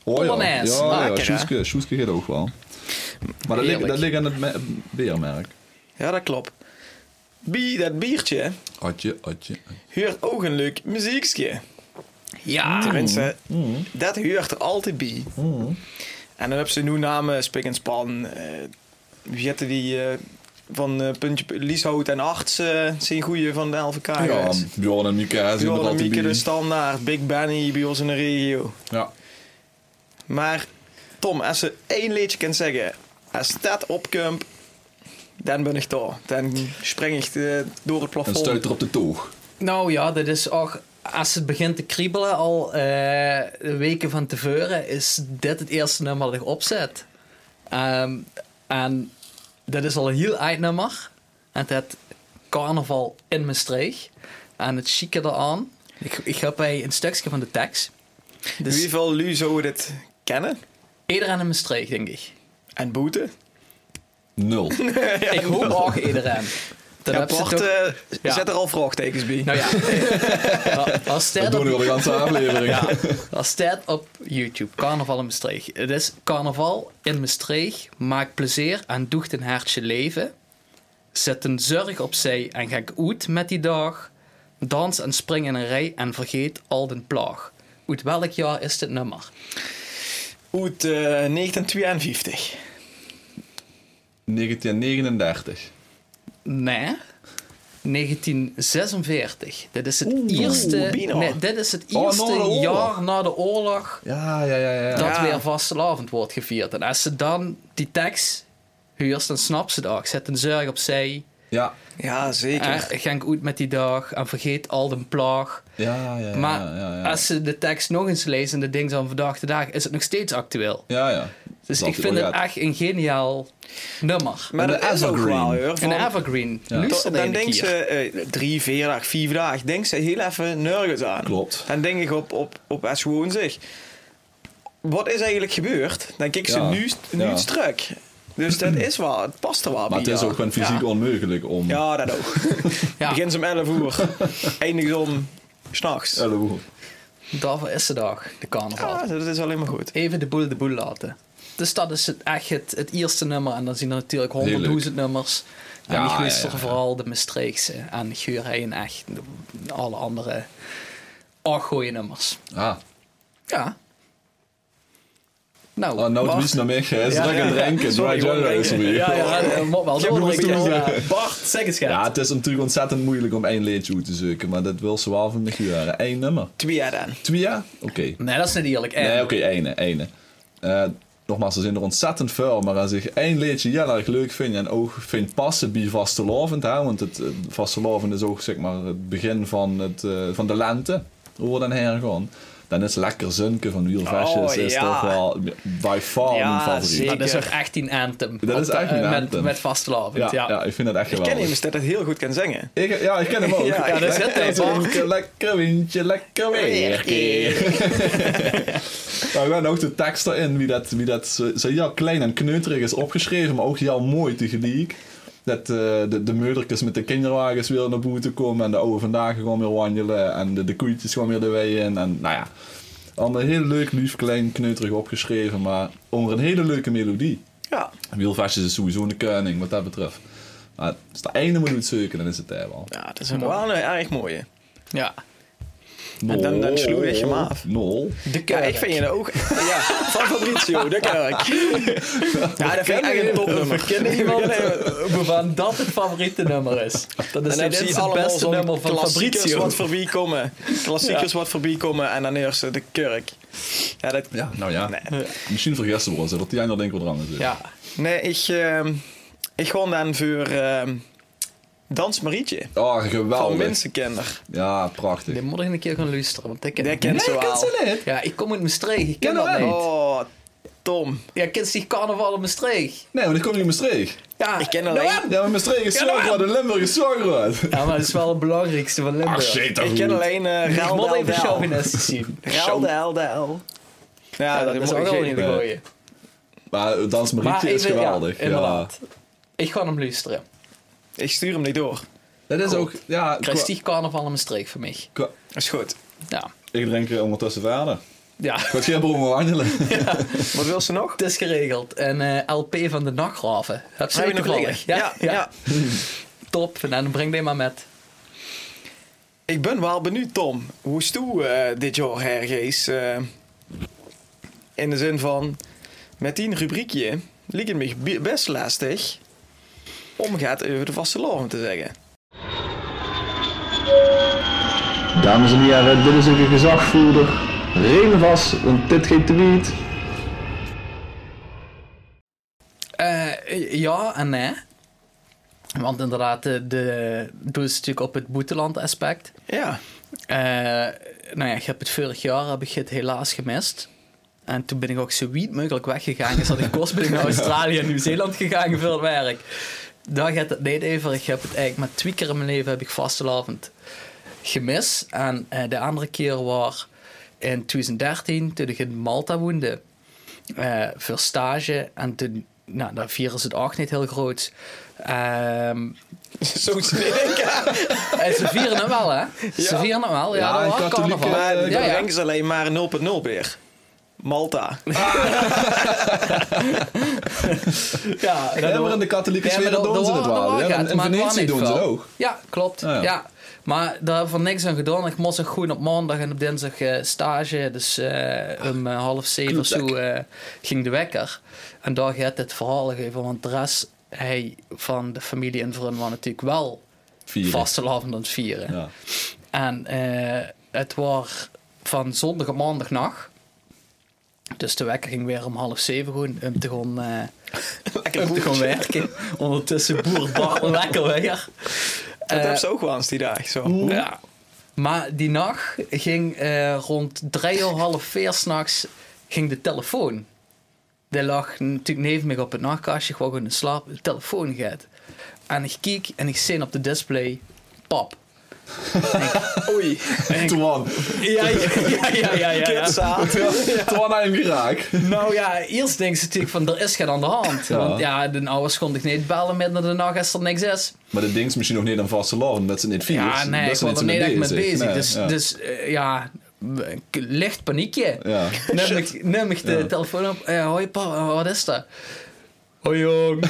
C: Oh ja. Ja,
A: Polonaise,
C: ja,
A: lekker, hè?
C: Sjoeske, Sjoeske gaat ook wel. Maar dat ligt,
A: Heerlijk.
C: dat ligt aan het me- beermerk.
B: Ja, dat klopt. Bie, dat biertje
C: Atje, atje.
B: huurt ook een leuk muziekje.
A: Ja.
B: Tenminste, dat huurt er altijd bij. En dan heb ze nu namen Spik en Span. eh, Wie heette die eh, van eh, Puntje Lieshout en Arts eh, zijn goeie van de LVK.
C: Ja,
B: geweest.
C: Bjorn en Mika zijn er
B: Bjorn en
C: altijd
B: Mieke de
C: bij.
A: dus
B: standaard, Big Benny bij ons in de regio.
C: Ja.
B: Maar Tom, als ze één liedje kan zeggen, als dat opkomt, dan ben ik daar. Dan spring ik eh, door het
C: En
B: plafond.
C: stuit er op de toog.
A: Nou ja, dat is ook... Als het begint te kriebelen al eh, weken van tevoren... is dit het eerste nummer dat ik opzet. Ehm, en dat is al een heel eind nummer. En dat carnaval in Maastricht. En het chique eraan. Ik, ik heb bij een stukje van de tekst. Dus
B: Wie van jullie zou dit kennen?
A: iedereen in Maastricht, denk ik.
B: En boete?
C: Nul.
A: ik hoop ook iedereen. Dan heb ze
B: Rapport,
A: toch-
B: eh,
A: Ja.
B: zet er al vraagtekens bij.
A: Nou ja, als
C: Dat
A: dat,
C: doen we
A: op,
C: al de hele aflevering.
A: als dat op YouTube, Carnaval in Maastricht. Het is Carnaval in Maastricht, maak plezier en doet een hartje leven. Zet een zorg opzij en ga uit met die dag. Dans en spring in een rij en vergeet al den plaag. Uit welk jaar is dit nummer?
B: Uit eh, 1952.
C: 1939.
A: Nee. 1946. Dit is het
B: oeh,
A: eerste,
B: bijna.
A: nee, dit is het
C: Oh, na
A: eerste
C: de oorlog.
A: jaar na de oorlog
C: Ja, ja, ja, ja.
A: dat
B: Ja.
A: weer vastelavond wordt gevierd. En als ze dan die tekst huurt, dan snapt ze het ook. Zet een zorg opzij.
C: Ja,
B: Ja, zeker.
A: Er, ga ik uit met die dag en vergeet al de plaag.
C: ja, ja. ja,
A: maar
C: ja, ja.
A: als ze de tekst nog eens lezen en de ding van vandaag de dag, is het nog steeds actueel.
C: Ja, ja.
A: Dus
C: Dat
A: ik vind
C: oh, ja.
A: het echt een geniaal nummer.
B: maar
C: en
B: dat
C: de
B: is ook
C: evergreen.
B: wel, hoor.
A: Een
B: van-
A: evergreen.
B: to-
A: Luister
B: dan
A: de ene
B: denkt
A: keer.
B: ze eh, drie, vier dagen, vier dagen, denkt ze heel even nergens aan.
C: Klopt.
B: Dan denk ik op, op, op als gewoon zeg. Wat is eigenlijk gebeurd? Dan kijk ze
C: Ja.
B: nu, nu
C: Ja.
B: het stuk. Dus dat is wel, het past er wel
C: Maar het
B: bij.
C: is
B: ja.
C: ook gewoon fysiek
A: Ja.
C: onmogelijk om...
B: Ja, dat ook.
A: Ja.
B: Begin ze om 11 uur, eindig om s'nachts.
C: Ja, dat moet.
A: Daarvoor is de dag, de carnaval.
B: Ja, dat is alleen maar goed.
A: Even de boel de boel laten. Dus dat is het, echt het, het eerste nummer. En dan zien er natuurlijk honderdduizend nummers. En
C: Ja,
A: ik luister
C: ja, ja, ja.
A: vooral de Maastrichtse. En Geurij en echt de- alle andere ook goeie nummers.
C: Ah,
A: Ja. Nou,
C: oh, nou het
A: Bart-
C: wist naar mij, hij is
A: Ja,
C: lekker
A: ja, ja.
C: drinken.
B: Sorry,
C: Dry January
B: hoor.
C: is er weer.
A: Ja, ja, ja, moet wel
B: Ik heb nog
A: doordrinken,
B: een
A: ja.
C: toezeggen.
A: Bart, zeg eens,
C: Ja,
A: ja.
C: het is natuurlijk ontzettend moeilijk om één liedje uit te zoeken, maar dat wil ze wel van mij horen. Eén nummer.
B: Twee dan.
C: Twee, ja? Oké.
A: Nee, dat is niet eerlijk. En,
C: Nee, oké, één, één. Eh, Nogmaals, ze zijn er ontzettend veel, maar als ik één liedje heel erg leuk vind en ook vind passen bij vastelovend, hè, want het eh, vastelovend is ook zeg maar het begin van, het, eh, van de lente, over dan heen gaan, dan is lekker zinken van wielvestjes
B: Oh,
C: is
B: ja.
C: toch wel by far
B: Ja,
C: mijn favoriet.
B: zeker.
A: Dat is ook echt een anthem.
C: Dat is
A: Op de-
C: echt een
A: eh, Met,
C: anthem.
A: met vastlavend,
C: Ja,
A: ja.
C: ja. ik vind dat
B: Ik
C: echt
B: ken
C: geweldig.
B: immers dat hij heel goed kan zingen.
C: Ik, ja, ik ken hem ook.
B: Ja, ja, dat is het, hè,
C: lekker,
B: Bart.
C: windje, lekker windje, lekker weer. Nou, we hebben ook de tekst erin, wie dat, wie dat zo, zo heel klein en kneuterig is opgeschreven, maar ook heel mooi tegelijk. Dat eh, de, de meudertjes met de kinderwagens weer naar boeten komen en de oude vandaag gewoon weer wandelen en de, de koeitjes gewoon weer de wei in. En nou ja, allemaal heel leuk, lief, klein, kneuterig opgeschreven, maar onder een hele leuke melodie.
B: Ja,
C: Wielvestjes is sowieso een koning wat dat betreft. Maar als de einde moet het zoeken, dan is het daar wel.
B: ja dat is een wel een erg mooie.
A: ja.
C: En
B: dan- dan sloeg je hem af.
C: Nol.
A: De
B: Ja,
A: kerk.
B: ik vind je dat ook. Ja, van Fabrizio, dat kan ik. Ja, dat vind ik echt een topnummer.
A: Ken iemand waarvan Eh, dat het favoriete nummer is? Dat is
B: En dan heb
A: net
B: je
A: het
B: allemaal
A: beste nummer
B: zo'n
A: van
B: klassiekers
A: Fabrizio.
B: wat voorbij komen. Klassiekers wat voorbij komen en dan eerst eh, de kurk. Ja, dat...
C: Ja, nou ja.
B: Nee.
C: Misschien vergissen we ons, hè, dat die einde denk ik wel dran is.
A: Ja,
B: Nee, ik, ehm ik gewoon dan voor ehm Dans Marietje
C: Oh,
B: van
C: geweldig.
B: Mensenkinder.
C: Ja, prachtig.
A: die moet ik een keer gaan luisteren, want ik ken
B: Die kent ze wel.
C: niet.
A: Ja, ik kom uit Maastricht, ik ken
C: Ken
A: dat
C: hem.
A: niet.
B: Oh, Tom.
A: Ja, kent die carnaval in Maastricht?
C: Nee, want ik kom niet in Maastricht.
A: Ja,
B: Ik ken
A: nou
B: alleen-
A: en?
C: Ja, maar Maastricht is zo groot en Limburg is zo groot.
A: Ja, maar dat is wel het belangrijkste van Limburg.
C: Ach, shit, dat
B: Ik ken alleen eh
A: Oh. Ik moet
B: Ah, Rel
A: even
B: Del Del.
A: chauvinistisch zien.
B: Rel Del Del. Ja,
A: Ja,
B: dat, is ook
A: wel
B: geen
A: niet de
C: idee.
A: gooie.
C: Maar Dans Marietje is
A: even, ja,
C: geweldig. Ja,
A: inderdaad. Ik ga hem luisteren.
B: Ik stuur hem niet door.
C: Dat is ook... Ja, qua-
A: Christie carnaval in Maastricht voor mij.
C: qua-
B: Is goed.
A: Ja.
C: ik drink eh, ondertussen verder.
A: Ja.
C: Ik ga geen broer wandelen.
B: Wat wil ze nog?
A: Het is geregeld. En eh, LP van de Nachtgraven. Heb ze
B: Heb je
A: ook
B: nog
A: toevallig?
B: liggen? Ja, ja.
A: Top. En dan breng die maar met.
B: Ik ben wel benieuwd, Tom. Hoe is toe eh, dit jaar hergees? eh, in de zin van, met die rubriekje liep het me bi- best lastig om gaat over de vaste loren te zeggen.
E: Dames en heren, dit is een gezagvoerder. Reden vast, want dit geeft de wiet.
A: Eh, ja en nee. Want inderdaad, eh, de, de doel is natuurlijk op het boeteland aspect.
B: Ja,
A: Eh, nou ja, ik heb het vorig jaar heb ik het helaas gemist. En toen ben ik ook zo wiet mogelijk weggegaan. Dus had ik kost ben ik naar Australië en Nieuw-Zeeland gegaan voor het werk. Daar gaat het niet even. Ik heb het eigenlijk maar twee keer in mijn leven heb ik vastelavond gemist. En eh, de andere keer was in 2013, toen ik in Malta woonde. eh, voor stage. En toen, nou, daar vieren ze het ook niet heel groot. Ehm
B: zo is het niet.
A: eh, ze vieren het wel, hè? Ze
B: Ja.
A: vieren het wel. Ja,
C: Ja,
A: dat was
C: katholieke-
A: carnaval.
B: Maar dan
A: Ja, ja.
B: denken ze alleen maar 0.0 weer. Malta.
A: Ja,
C: Ja, maar in de katholieke
A: maar
C: sfeer
A: dat-
C: doen
A: dat
C: ze
A: wa-
C: het
A: dat
C: wel.
A: wa-
C: Ja,
A: gaat,
C: en in
A: maar het
C: Venetië
A: wa-
C: doen
A: niet
C: ze het
A: veel.
C: ook.
A: Ja, klopt.
C: Ja,
A: Ja.
C: ja.
A: Maar daar heb ik niks aan gedaan. Ik moest ook gewoon op maandag en op dinsdag eh, stage. Dus eh, om eh, half zeven of zo eh, ging de wekker. En daar gaat het verhaal geven. Want de rest hij, van de familie en vrienden waren natuurlijk wel
C: Vieren.
A: vastelavond aan het vieren.
C: Ja.
A: En eh, het was van zondag op maandagnacht. Dus de wekker ging weer om half zeven gewoon om te gaan, eh, om te gaan werken. Ondertussen boer Bart lekker weg.
B: Dat hebben ze ook wel eens die dag. Zo.
A: Ja. Maar die nacht ging eh, rond drie uur, half vier s'nachts ging de telefoon. Die lag natuurlijk neven me op het nachtkastje, gewoon gewoon in slaap. De telefoon gaat. En ik kijk en ik zie op de display, pap.
B: Oei,
C: Toen
A: Ja, ja, ja, ja, ja.
B: kutzaad.
C: Toen naar hem geraakt.
A: Nou ja, eerst denken ze natuurlijk van, er is geen aan de hand.
C: Ja.
A: Want ja, de ouders konden toch niet bellen midden in de nacht als er niks is.
C: Maar dat ding is misschien nog niet aan vaste loren, dat ze niet vier.
A: Ja, nee, ik was er niet echt mee bezig. dus
C: ja.
A: dus eh, ja, k- licht paniekje.
C: Ja.
A: Neem ik, neem ik de
C: Ja.
A: telefoon op. Eh, hoi pa, eh, wat is dat? Hoi jong.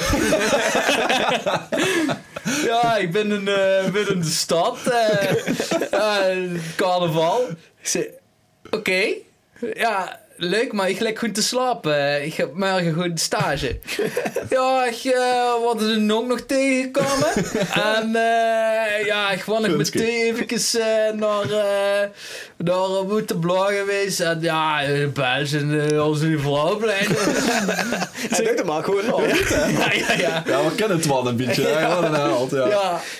A: ja, ik ben in, eh, ben in de stad. eh, eh, carnaval. Ik zei, oké. Ja, leuk, maar ik lig goed te slapen. Ik heb morgen gewoon stage. ja, ik eh word er nog nog tegengekomen. en eh, ja, ik was nog
C: Kunstje.
A: meteen even eh naar, eh naar Boeteblauw geweest. En ja, eh, Belgisch en eh, onze vrouwplein.
B: Hij doet het maar gewoon nog.
A: ja, ja, ja.
C: Ja, we kennen het wel een beetje. hè. Ja, wat een held, ja.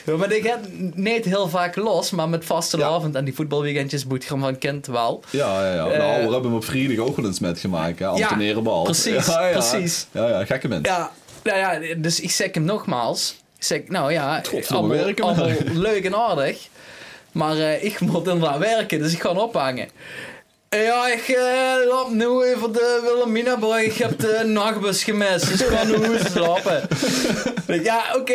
A: Ja. maar ik heb niet heel vaak los, maar met vaste avond en die voetbalweekendjes moet je van kind wel.
C: Ja, ja, ja.
A: Eh,
C: nou, we hebben hem op vrijdag ook wel eens met gemaakt, hè. Anton
A: Ja,
C: Erebal.
A: precies,
C: ja, ja.
A: precies.
C: Ja, ja, gekke mens.
A: Ja, nou ja, dus ik zeg hem nogmaals. Ik zeg, nou ja,
C: Godverdomme,
A: allemaal,
C: werken maar.
A: allemaal leuk en aardig. Maar eh, ik moet inderdaad werken, dus ik ga ophangen. En Ja, ik eh, loop nu even de Wilhelminabrug. Ik heb de nachtbus gemist, dus ik ga nu slapen. Ik, ja, oké,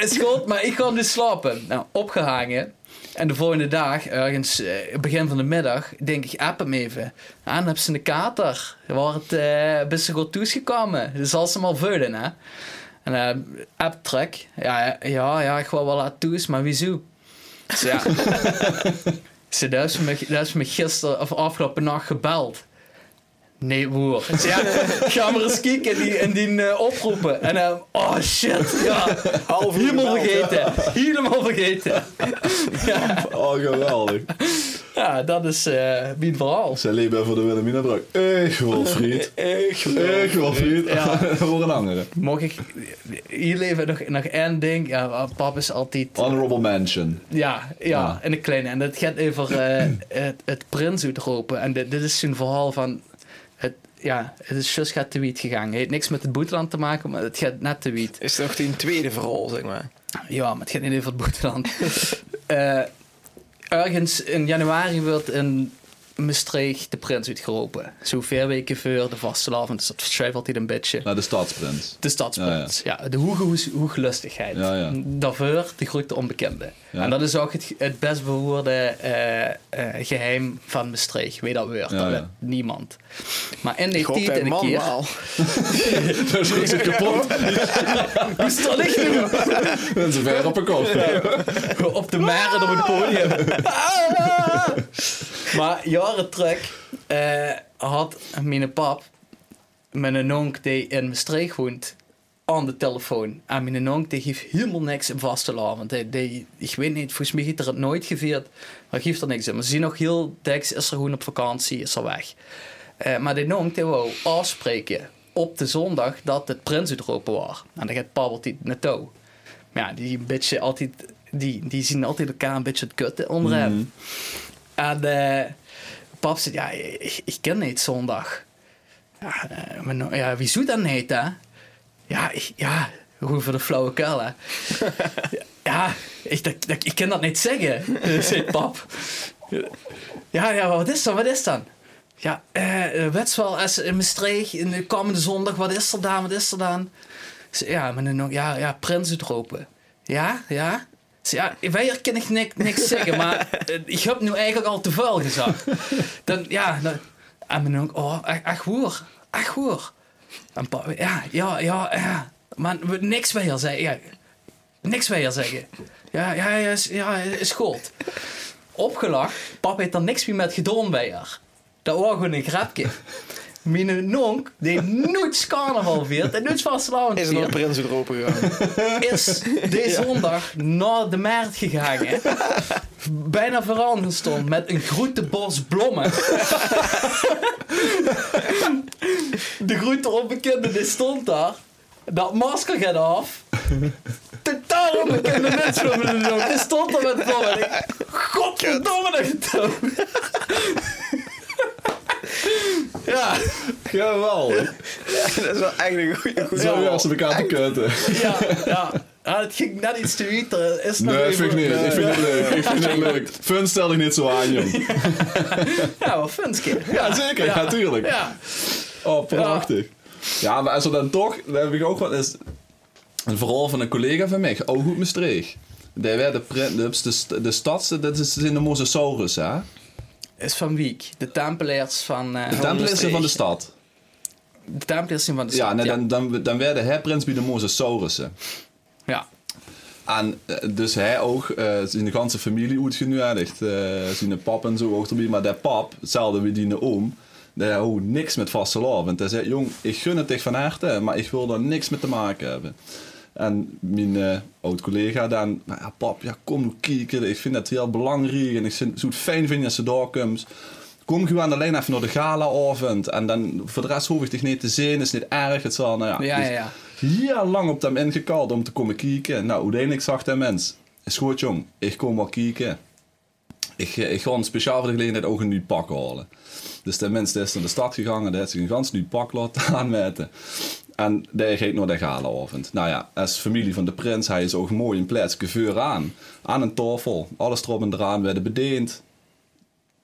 A: is goed, maar ik ga nu slapen. Nou, opgehangen. En de volgende dag, ergens eh, begin van de middag, denk ik, app hem even. En dan heb ze een kater. Waar het eh best wel goed toegekomen. Dus zal ze maar vullen, hè. En eh app trek. Ja, ja, ja, ik wil wel laat toes, maar wieso? Dus ja. ze, dat is me, dat is me gisteren of afgelopen nacht gebeld. Nee, broer. Ik zei, ja, ga maar eens kijken en die, en die eh, oproepen. En dan, oh shit, ja.
B: Half uur
A: Helemaal
B: gebeld, ja.
A: vergeten. Helemaal vergeten. Ja,
C: Oh, geweldig.
A: ja dat is eh mijn verhaal.
C: Zij leven voor de Wilhelminabrug. Echt Wilfried.
B: Echt eh, wel.
C: Echt Wilfried.
A: Ja.
C: voor een andere.
A: Mocht ik hier leven nog, nog één ding? Ja, pap is altijd...
C: Honorable Mansion.
A: Ja, ja,
C: Ja.
A: en de kleine. En dat gaat over eh, het, het prins uitropen. En dit, dit is zo'n verhaal van... Het, ja, het is just gaat te wiet gegaan. Het heeft niks met het boeteland te maken, maar het gaat net te wiet.
B: Is toch die tweede verhaal, zeg maar.
A: Ja, maar het gaat niet over het boeteland. Eh, ergens in januari wordt in Maastricht de prins uitgeropen. Zo vier weken voor de vastelavond. Dus dat schuifelt hij een beetje.
C: Naar de stadsprins.
A: De stadsprins. Ja, de hoege hoeglustigheid.
C: Ja, ja.
A: Daarvoor de grote onbekende.
C: Ja.
A: En dat is ook het, het best behoorde eh, eh, geheim van Maastricht. Weet dat weer. dat
C: ja.
A: weet niemand. Maar in die
B: Ik hoop
A: tijd
B: dat
A: en een
B: man
A: keer...
B: wel.
C: Dat is goed zit kapot.
A: Hoe is dat echt nu?
C: En ze ver op een kop.
A: op de meren op het podium. maar jaren terug eh, had mijn pap met een onk die in Maastricht woont aan de telefoon. En mijn onk die geeft helemaal niks in vastelavond. Die, die, ik weet niet, volgens mij heeft er het nooit gevierd. Maar geeft er niks in. Maar ze zien nog heel deks, is er gewoon op vakantie, is er weg. Eh, maar die onk die wou afspreken op de zondag dat het prins uitroepen was. En dan gaat Pabbeltje naartoe. Maar ja, die een beetje altijd... Die, die zien altijd elkaar een beetje het kutten onder hem. En eh, pap zegt, ja, ik, ik ken niet zondag. Ja, eh, maar nou- ja wie zoet dan niet, hè? Ja, ik, ja, gewoon voor de flauwekul, hè? ja, ik, dat, dat- ik kan dat niet zeggen, eh, zegt pap. Ja, ja, wat is dan, wat is dan? Ja, eh, Wetswal is in Maastricht, in de komende zondag, wat is er dan, wat is er dan? Ik zei, Ja, maar dan ook, ja, ja, prins uitropen. Ja, ja. Ik zei, Ja, wij kan ik niks, niks zeggen, maar eh, ik heb nu eigenlijk al te veel gezegd. Dan, ja, dan, en mijn ook, oh, echt, echt hoor, echt hoor. En pa, ja, ja, ja, ja. Maar we- niks weer zeggen, ja. Niks weer zeggen. Ja, ja, ja, is, ja, is goed. Opgelacht, pap heeft er niks meer met gedaan bij haar. Dat was gewoon een grapje. Mijn nonk, die nooit carnaval viert en nooit vastelavond
B: Is er nog een prins uit Europa gegaan?
A: is deze zondag naar de markt gegaan. hè. Bijna vooraan gestond met een groentebos blommen. de groente onbekende die stond daar. Dat masker gaat af. Totaal onbekende mensen op de loop. Die stond er met blommen. En ik, Godverdomme dat je het doet. Ja,
C: Geweldig.
B: Dat is wel echt een goede goede
C: Zo
B: verhaal.
C: als ze elkaar te kutten.
A: ja, ja. Ah, het ging net iets te wieter. Is nog
C: Nee, dat
A: even-
C: vind ik niet. Ik vind het leuk. Ik vind het leuk. Fun stel ik niet zo aan, jong.
A: Ja, wat funske.
C: Ja, zeker. Ja, tuurlijk.
A: Ja.
C: Oh, prachtig. Ja, maar als we dan toch, dan heb ik ook wel eens een verhaal van een collega van mij, oh goed Maastricht. Daar werden print, de, de, st- de stads, dat is in de Mosasaurus, hè?
A: Is van Wiek. De Tempeliers van. eh,
C: De tempelisten van de stad.
A: De Tempeliers zijn van de stad.
C: Ja, nee, dan, dan, dan werden hij prins bij de Mosasaurussen.
A: Ja.
C: En eh, dus hij ook, eh zijn de ganse familie uitgenuadigd. eh zijn pap en zo ook erbij. Maar dat pap, hetzelfde wie die oom, Dat hou niks met vaste law. Want hij zei, jong, ik gun het echt van harte, maar ik wil daar niks mee te maken hebben. En mijn eh, oud-collega dan, nou ja, pap, ja, kom nou kijken. Ik vind dat heel belangrijk en ik vind- zou het fijn vinden als ze daar komt. Kom gewoon alleen even naar de galaavond. En dan, voor de rest hoef ik dich niet te zien, is niet erg. Het zal, nou ja,
A: Ja,
C: dus
A: ja, ja.
C: heel lang op hem ingekald om te komen kijken. Nou, uiteindelijk zag dat mens, is goed jong, ik kom wel kijken. Ik, eh, ik ga een speciaal voor de gelegenheid ook een nieuw pak halen. Dus de mens die is naar de stad gegaan en die heeft zich een gans nieuw pak laten aanmeten. En die gaat naar de galaavond. Nou ja, als familie van de prins, hij is ook mooi een plaatsje vuur aan. Aan een tafel, alles erop en eraan werden bedeend.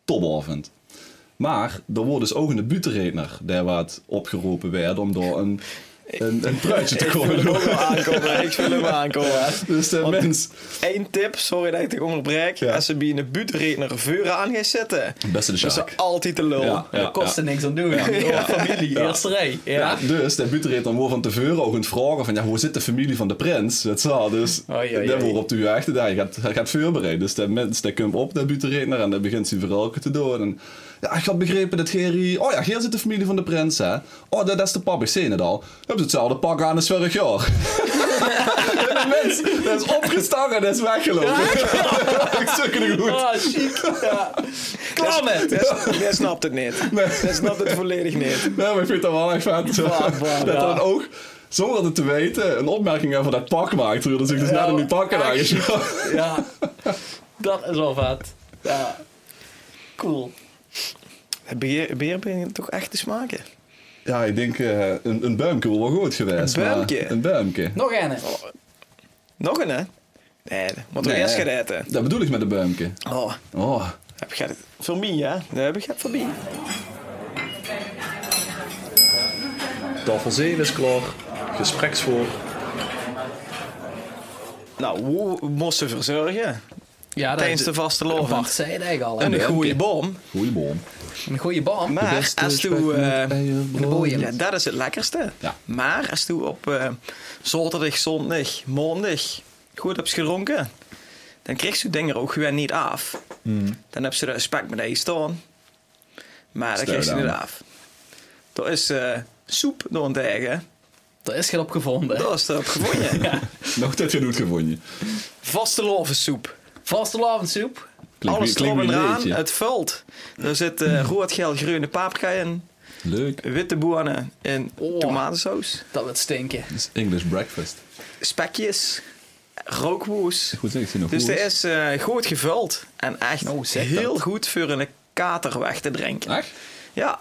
C: Topavond. Maar er wordt dus ook een butenredner daar wat opgeropen werd om door een, een, een pruitje te komen
B: wil
C: doen.
B: hem aankomen. Ik wil hem aankomen.
C: Dus de mens,
B: Eén tip, sorry dat ik het onderbreek.
C: Ja.
B: Als ze bij een buurtredner vuur aan gaan zetten,
C: beste de
B: dat is
C: Sjaak.
B: altijd de lul.
C: Ja, ja,
A: dat kost er niks aan doen. familie, eerste rij. Ja.
C: Ja. dus de buurtreed dan wel van tevoren ook aan het vragen van ja, hoe zit de familie van de prins? Het zal dus,
A: Oei, oei,
C: daar
A: oei.
C: wordt op de echte daar, je gaat, hij gaat voorbereiden. Dus de mens die komt op, de buurtreedner, en dan begint hij vooral te doen. En, ja, ik had begrepen dat Gerry, oh ja, hier zit de familie van de prins, hè. Oh, dat, dat is de pap, ik zie het al. Hebben ze hetzelfde pak aan als vorig jaar. en de mens, dat is opgestaan en dat is weggelopen. ik stuk in de goed.
A: Ah, chic. Ja. Klaar met.
B: Dat- Dat snapt het niet. Dat snapt het volledig niet.
C: Nee, maar ik vind dat wel echt vet.
A: bah,
C: dat
A: ja.
C: dan ook, zonder het te weten, een opmerking over dat pak maakt. Terwijl dat ik dus
A: Ja,
C: net in die pakken
A: echt.
C: eigenlijk.
A: Ja. Dat is wel vet. Ja. Cool.
B: Beer, beer begint toch echt te smaken.
C: Ja, ik denk eh, een, een buimke wel goed geweest.
B: Een
C: maar-
B: buimke?
C: Een buimke.
A: Nog een.
B: Oh, Nog een, hè? Nee, dat moet toch
C: Nee,
B: eerst gaan eten.
C: Dat bedoel ik met een buimke.
B: Oh,
C: Oh,
B: heb je het voor mij, hè? Dat heb ik het voor mij.
D: Tafel 7 is klaar. Gespreksvoor.
B: Nou, hoe moest ze verzorgen?
A: Ja, dat-
B: Tijdens de vaste
A: Bart
B: lovend.
A: zei het eigenlijk al. hè.
B: Een goede bom.
C: goeie boom.
A: Een goede baan.
B: Maar als
C: spek
B: toe,
C: met
B: eh,
A: De boeien.
B: ja, dat is het lekkerste.
C: Ja.
B: Maar als toe op eh, zaterdag, zondag, maandag goed hebt gedronken, dan kreeg ze dingen ook gewoon niet af. Dan heb ze de spek met ijs staan, maar dat
C: Hmm. Stel
B: kreeg ze
C: dan.
B: niet af. Dat is eh, soep door een eigen.
A: Er is geen op gevonden.
B: Dat is erop gewonnen.
C: Nog dat genoeg gevonden.
B: Vaste lovensoep.
A: Vastelavondsoep.
C: Klinkt
B: Alles
C: weer-
B: erop
C: klinkt
B: en
C: weer een
B: eraan,
C: liedje.
B: het vult. Er zit eh rood, geel, groene paprika in,
C: Leuk.
B: witte bonen en
A: Oh.
B: tomatensaus.
A: Dat wordt stinken.
C: Dat is English breakfast.
B: spekjes, rookwoes.
C: Goed zeg, ik zie nog
B: Dus
C: goed.
B: er is eh, goed gevuld en echt
A: Nou, zeg Ah.
B: heel goed voor een kater weg te drinken.
C: Echt?
B: Ja,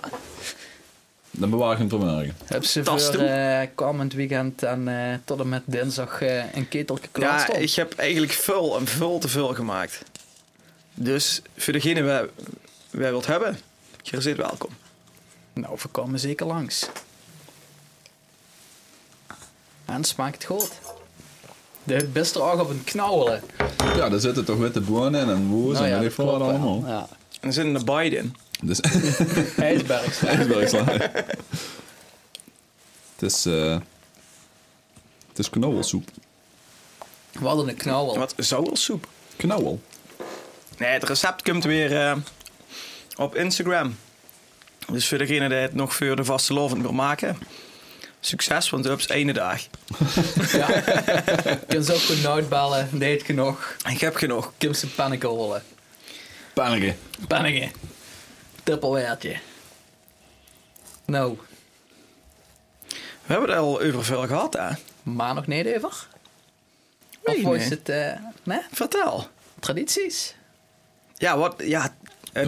C: Dan bewaar ik hem voor morgen.
A: Heb ze
B: Tas
A: voor
B: toe.
A: eh, komend weekend en eh, tot en met dinsdag eh, een keteltje klaar
B: ja
A: staan?
B: ik heb eigenlijk veel en veel te veel gemaakt. Dus voor degene wij, wij wilt hebben, je zit welkom.
A: Nou, we komen zeker langs. En smaakt goed. De best er ook op een knauwelen.
C: Ja, daar zitten toch witte bonen en een
B: Nou
C: woes en weet ik
A: Nou dat
C: veel wat
A: klopt wel.
C: allemaal.
A: Ja.
B: En er zit een Biden.
C: Dus...
A: IJsbergs.
C: IJsbergslaai. het is... eh het is knauwelsoep.
A: Wat een knauwel.
B: Wat zouwelsoep.
C: Knauwel?
B: Nee, het recept komt weer eh, op Instagram. Dus voor degene die het nog voor de vaste lovend wil maken, succes, want het is ene dag.
A: Ja. Je kunt ze ook goed noodbellen. Deed genoeg.
B: Ik heb genoeg.
A: Kim ze panieken rollen.
C: Paniken.
A: Panieken. Trippelweertje. Nou,
B: We hebben het al over veel gehad, hè?
A: maar nog niet over? Of
B: Weet ik
A: was
B: niet.
A: het, eh, nee?
B: Vertel.
A: Tradities?
B: Ja, wat... Ja, het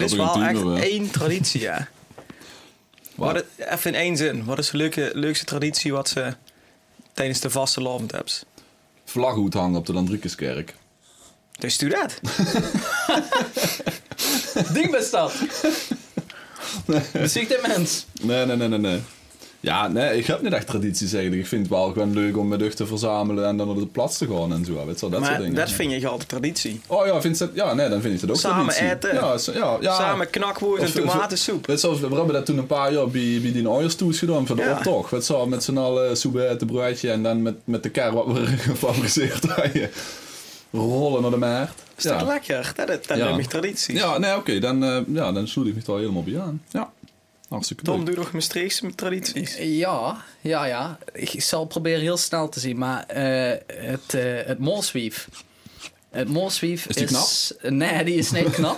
C: Dat
B: is
C: doe ik
B: wel
C: natuurlijk
B: echt
C: nog wel.
B: één traditie, ja. Wat? het- even in één zin. Wat is de leuke, leukste traditie wat ze tijdens de vaste lovend hebt?
C: Vlaghoed hangen op de Landrikeskerk.
B: Dus doe dat.
A: Ding best dat. Beziek de mens.
C: Nee, nee, nee, nee, nee. Ja, nee, ik heb niet echt tradities eigenlijk. Ik vind het wel gewoon leuk om met ducht te verzamelen en dan op de plaats te gaan en zo. Weet je wel, dat
B: maar
C: soort dingen.
B: dat vind je altijd traditie.
C: Oh ja, vind je dat, ja, nee, dan vind ik dat ook
B: Samen
C: traditie.
B: eten.
C: Ja, zo- ja, ja.
B: Samen knakwoord en
C: Of- of-
B: tomatensoep.
C: Weet je wel, we hebben dat toen een paar jaar bij, bij die Oijerstoes gedaan voor de
B: Ja.
C: optocht. Weet je wel, met z'n allen soep eten, broodje en dan met, met de kar wat we gefabriceerd hadden. Rollen naar de maart.
B: Is dat lekker? Dat, dat
C: Ja.
B: noem ik traditie.
C: Ja, nee, oké, dan, eh ja, dan sloeg ik me toch helemaal bij aan. Ja. Hartstikke
B: Tom,
C: leuk.
B: doe nog Maastrichtse tradities.
A: Ja, ja, ja. Ik zal proberen heel snel te zien, maar eh, het, eh het morswief. Het morswief
C: Is die
A: Nee, die is niet knap.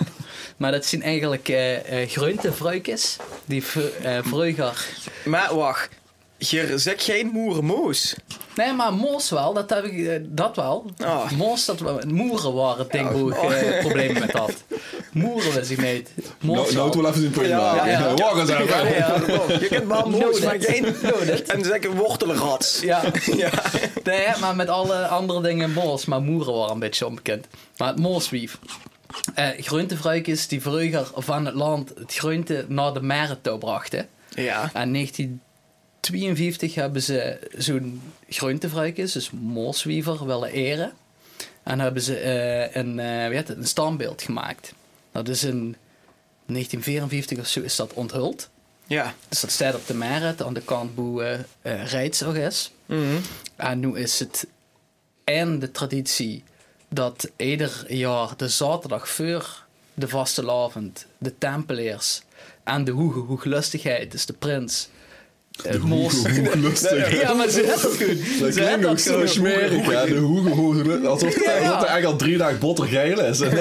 A: maar dat zijn eigenlijk eh eh groentevruikjes. Die vru- eh vruiger.
B: Maar wacht, je zegt geen moerenmoes.
A: Nee, maar moors wel, dat heb ik, eh, dat wel.
B: Oh.
A: Moors, dat wel. Moeren waren het ding hoe ik eh, problemen met had. Moeren was ik niet. Moors
C: Nou, nou, het wel even zien punt
B: Ja,
C: maken.
A: ja, ja.
C: Wacht eens even.
B: Ja, ja, dat klopt. je kunt wel moes,
A: Noted.
B: maar geen...
A: Noted.
B: En zeg een wortelrats.
A: Ja,
B: Ja.
A: nee, maar met alle andere dingen moors. Maar moeren waren een beetje onbekend. Maar het moorswief. Eh groentevruikjes die vroeger van het land het groente naar de meren toe brachten.
B: Ja.
A: En 1952 hebben ze zo'n groentevruikjes, dus moorswiever, willen eren. En hebben ze eh, een, eh, wie heet het, een standbeeld gemaakt. Dat is in 1954 of zo is dat onthuld.
B: Ja.
A: Dus dat staat op de Meret aan de kant hoe eh eh, Rijts ook is.
B: Mhm.
A: En nu is het en de traditie dat ieder jaar de zaterdag voor de vastelavond de tempeliers en de hoege hoeglustigheid, dus de prins, het mos.
C: Hoe lustig.
A: Ja, maar ze hebben het goed.
C: Dat
A: Ze hebben
C: klinkt ook zo
A: goed.
C: smerig, hè? De hoege hoege. Alsof het
A: Ja.
C: eigenlijk al drie dagen bottergeil is. En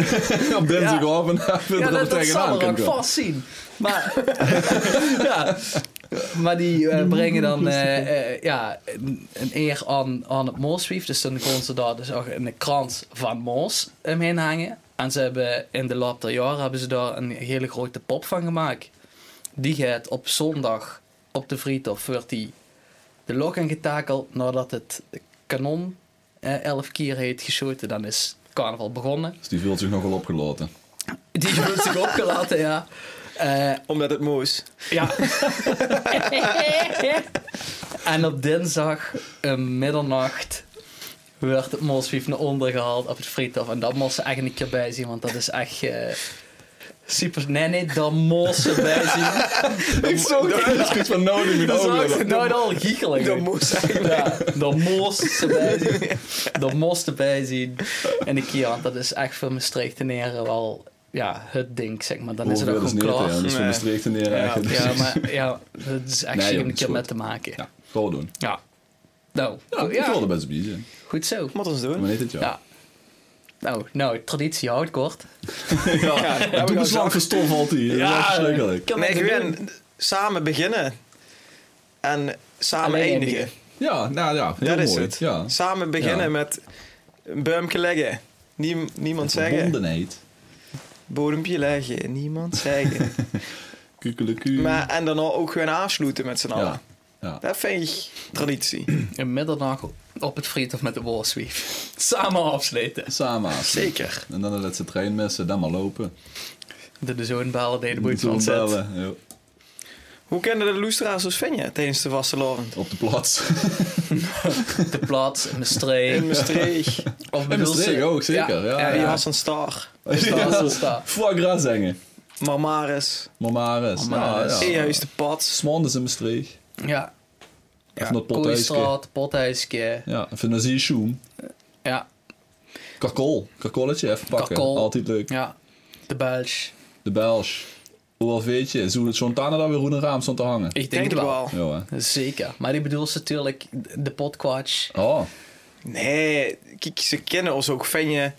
C: op dinsdagavond hebben we
A: Ja,
C: oh, er al
A: dat, dat
C: tegenaan
A: zal er
C: kunnen
A: ook
C: komen.
A: vast zien. Maar, ja. maar die eh, brengen dan eh, eh, ja, een, een eer aan, aan het mooswief. Dus dan konden ze daar dus ook een krans van moos omheen hangen. En ze hebben in de loop der jaren hebben ze daar een hele grote pop van gemaakt. Die gaat op zondag op de Vriethof wordt die de lok ingetakeld nadat het kanon eh, elf keer heeft geschoten. Dan is carnaval begonnen.
C: Dus die voelt zich nogal opgelaten.
A: Die heeft zich opgelaten, ja. Eh,
B: Omdat het moes.
A: ja. en op dinsdag, eh, middernacht, werd het moswief naar onder gehaald op het friethof. En dat moest ze echt een keer bij zien, want dat is echt... eh, Super, nee, nee, dat moest ze bij zien.
C: Ik zo dat is iets van nodig in de
A: Dat
C: ogen
A: is
C: hebben.
A: echt nooit al giechelig.
B: Dat moes eigenlijk.
A: Ja, dat moest erbij zien. Dat moest erbij zien. En de Kian, dat is echt voor Maastricht en Heren wel ja, het ding, zeg maar. Dan is het ook
C: Hoeveel
A: gewoon
C: niet,
A: klaar.
C: hè? Dat is van de
B: Nee.
C: streek te neer eigenlijk.
A: Ja, maar ja, dat is echt
C: Nee,
A: nee,
C: joh,
A: een
C: dat is
A: keer
C: goed.
A: met te maken. Ja.
C: Ja, gewoon doen.
A: Nou,
C: Ja,
A: goed,
C: ik
A: ja.
C: wilde best biezen.
A: goed zo.
B: Wat ons doen.
C: Maar niet dit
A: Ja.
C: jaar.
A: Nou, nou, traditie houdt kort.
B: Ja, nou, we
C: Doe
B: gaan
C: eens lang verstof altijd. Dat is echt verschrikkelijk.
A: Kan
B: Nee,
A: dat doen?
B: gewoon samen beginnen. En samen
A: Alleen
B: eindigen.
A: eindigen.
C: Ja, nou ja, heel
B: Dat is
C: mooi.
B: het.
C: Ja.
B: Samen beginnen
C: Ja.
B: met een buimpje leggen. Niem- niemand zeggen.
C: Verbondenheid.
B: Bodempje leggen. Niemand zeggen.
C: Kukeleku.
B: maar, en dan ook gewoon afsluiten met z'n allen.
C: Ja. Ja.
B: Dat vind ik traditie.
A: Een middernacht op het friethof met de wolswief. Samen afsluiten.
C: Samen.
B: Zeker.
C: En dan de laatste trein missen, dan maar lopen.
A: De, de zoonbellen deden boeit
C: Toen
A: van zet.
C: bellen, ja,
B: Hoe kennen de Loestra's ons vinden tijdens de vastelovend?
C: Op de plaats.
A: De plaats, in de streek.
B: In Maastricht.
A: Of
C: In
A: bedoel
C: Maastricht
A: ze-
C: ook, zeker. Ja,
B: Die
C: ja.
B: was een star.
A: Dus daar is het daar.
C: Foie gras zingen.
B: Marmaris.
C: Mamares. Ah, Ja,
A: Mamares.
C: ja.
B: Eerhuis de Pad.
C: Smondes in Maastricht.
A: Ja.
C: Of naar het Pothuisje.
A: Kooistraat, Pothuisje.
C: Ja, even naar Ziersjoen.
A: Ja,
C: Kakol. Kakolletje even pakken.
A: Kakol.
C: Altijd leuk.
A: ja. De Belge.
C: De Belge. Hoewel weet je, zo'n Tana daar weer hoe een raam stond te hangen.
A: Ik
B: Denk
A: denk
B: het wel.
C: Ja, hè.
A: Zeker. Maar die bedoelt ze natuurlijk de potquatch.
C: Oh,
B: Nee, kijk, ze kennen ons ook Venje.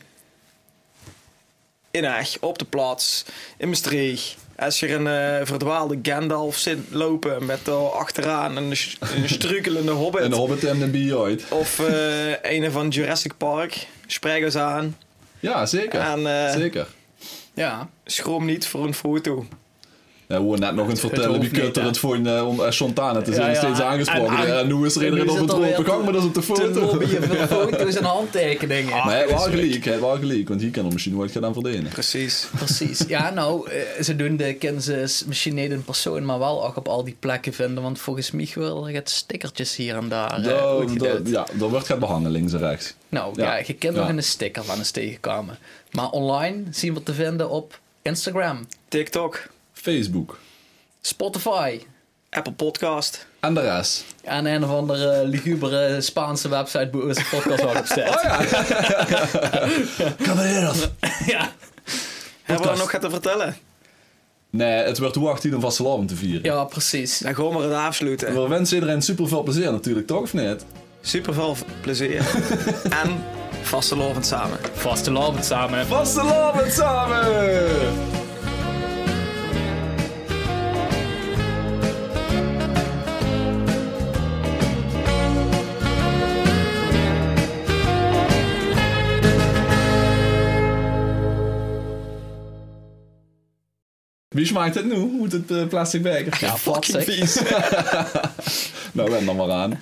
B: In Eg, op de plaats, in Maastricht. Als je een eh, verdwaalde Gandalf zit lopen met daar achteraan een, sch- een struikelende hobbit.
C: en de Hobbit en de Bioid.
B: Of eh een van Jurassic Park. Spreek ons aan.
C: Ja, zeker.
B: En eh,
C: Zeker.
A: Ja.
B: schroom niet voor een foto.
C: Ja, we net nog aan het vertellen
A: hoeft
C: wie
A: niet,
C: kut er
A: hè.
C: het voor een, eh, om eh, Santana te zijn.
A: Ja, ja,
C: steeds
A: en-
C: aangesproken.
A: en-
C: Ja, En nu is er
A: en
C: iedereen
A: nu
C: op
A: zit
C: het
A: er weer
C: open gang, maar dat is op de
A: Te
C: foto.
A: lobbyen voor foto's en handtekeningen.
C: Maar hij was gelijk, hij was gelijk. Want hier kan er misschien nooit gaan aan verdienen.
B: Precies.
A: Precies. Ja, nou, eh, ze doen de kennis misschien niet in persoon, maar wel ook op al die plekken vinden. Want volgens mij worden het stickertjes hier en daar. eh,
C: Dat-
A: uitgedeeld.
C: dat- Ja, dat wordt gaat behangen links en rechts.
A: Nou,
C: Ja.
A: ja, je kent
C: Ja.
A: nog een sticker van eens tegenkomen. Maar online zien we het te vinden op Instagram,
B: TikTok,
C: Facebook.
A: Spotify
B: Apple Podcast.
C: En de rest.
A: en een of andere eh, lugubere Spaanse website waar onze podcast ook op staat.
C: Oh Caballeros.
A: ja.
B: Hebben we er nog wat te vertellen?
C: Nee, het werd hoe 18 om vastelavond te vieren.
A: Ja, precies.
B: Dan gaan we het afsluiten.
C: We wensen iedereen super veel plezier natuurlijk, toch of niet?
B: Super veel plezier. en vastelovend samen.
A: Vaste avond samen.
C: Vastelavond samen! Wie smaakt het nu? Hoe het eh, plastic beker?
A: Ja, fucking
C: Nou, wend dan maar aan.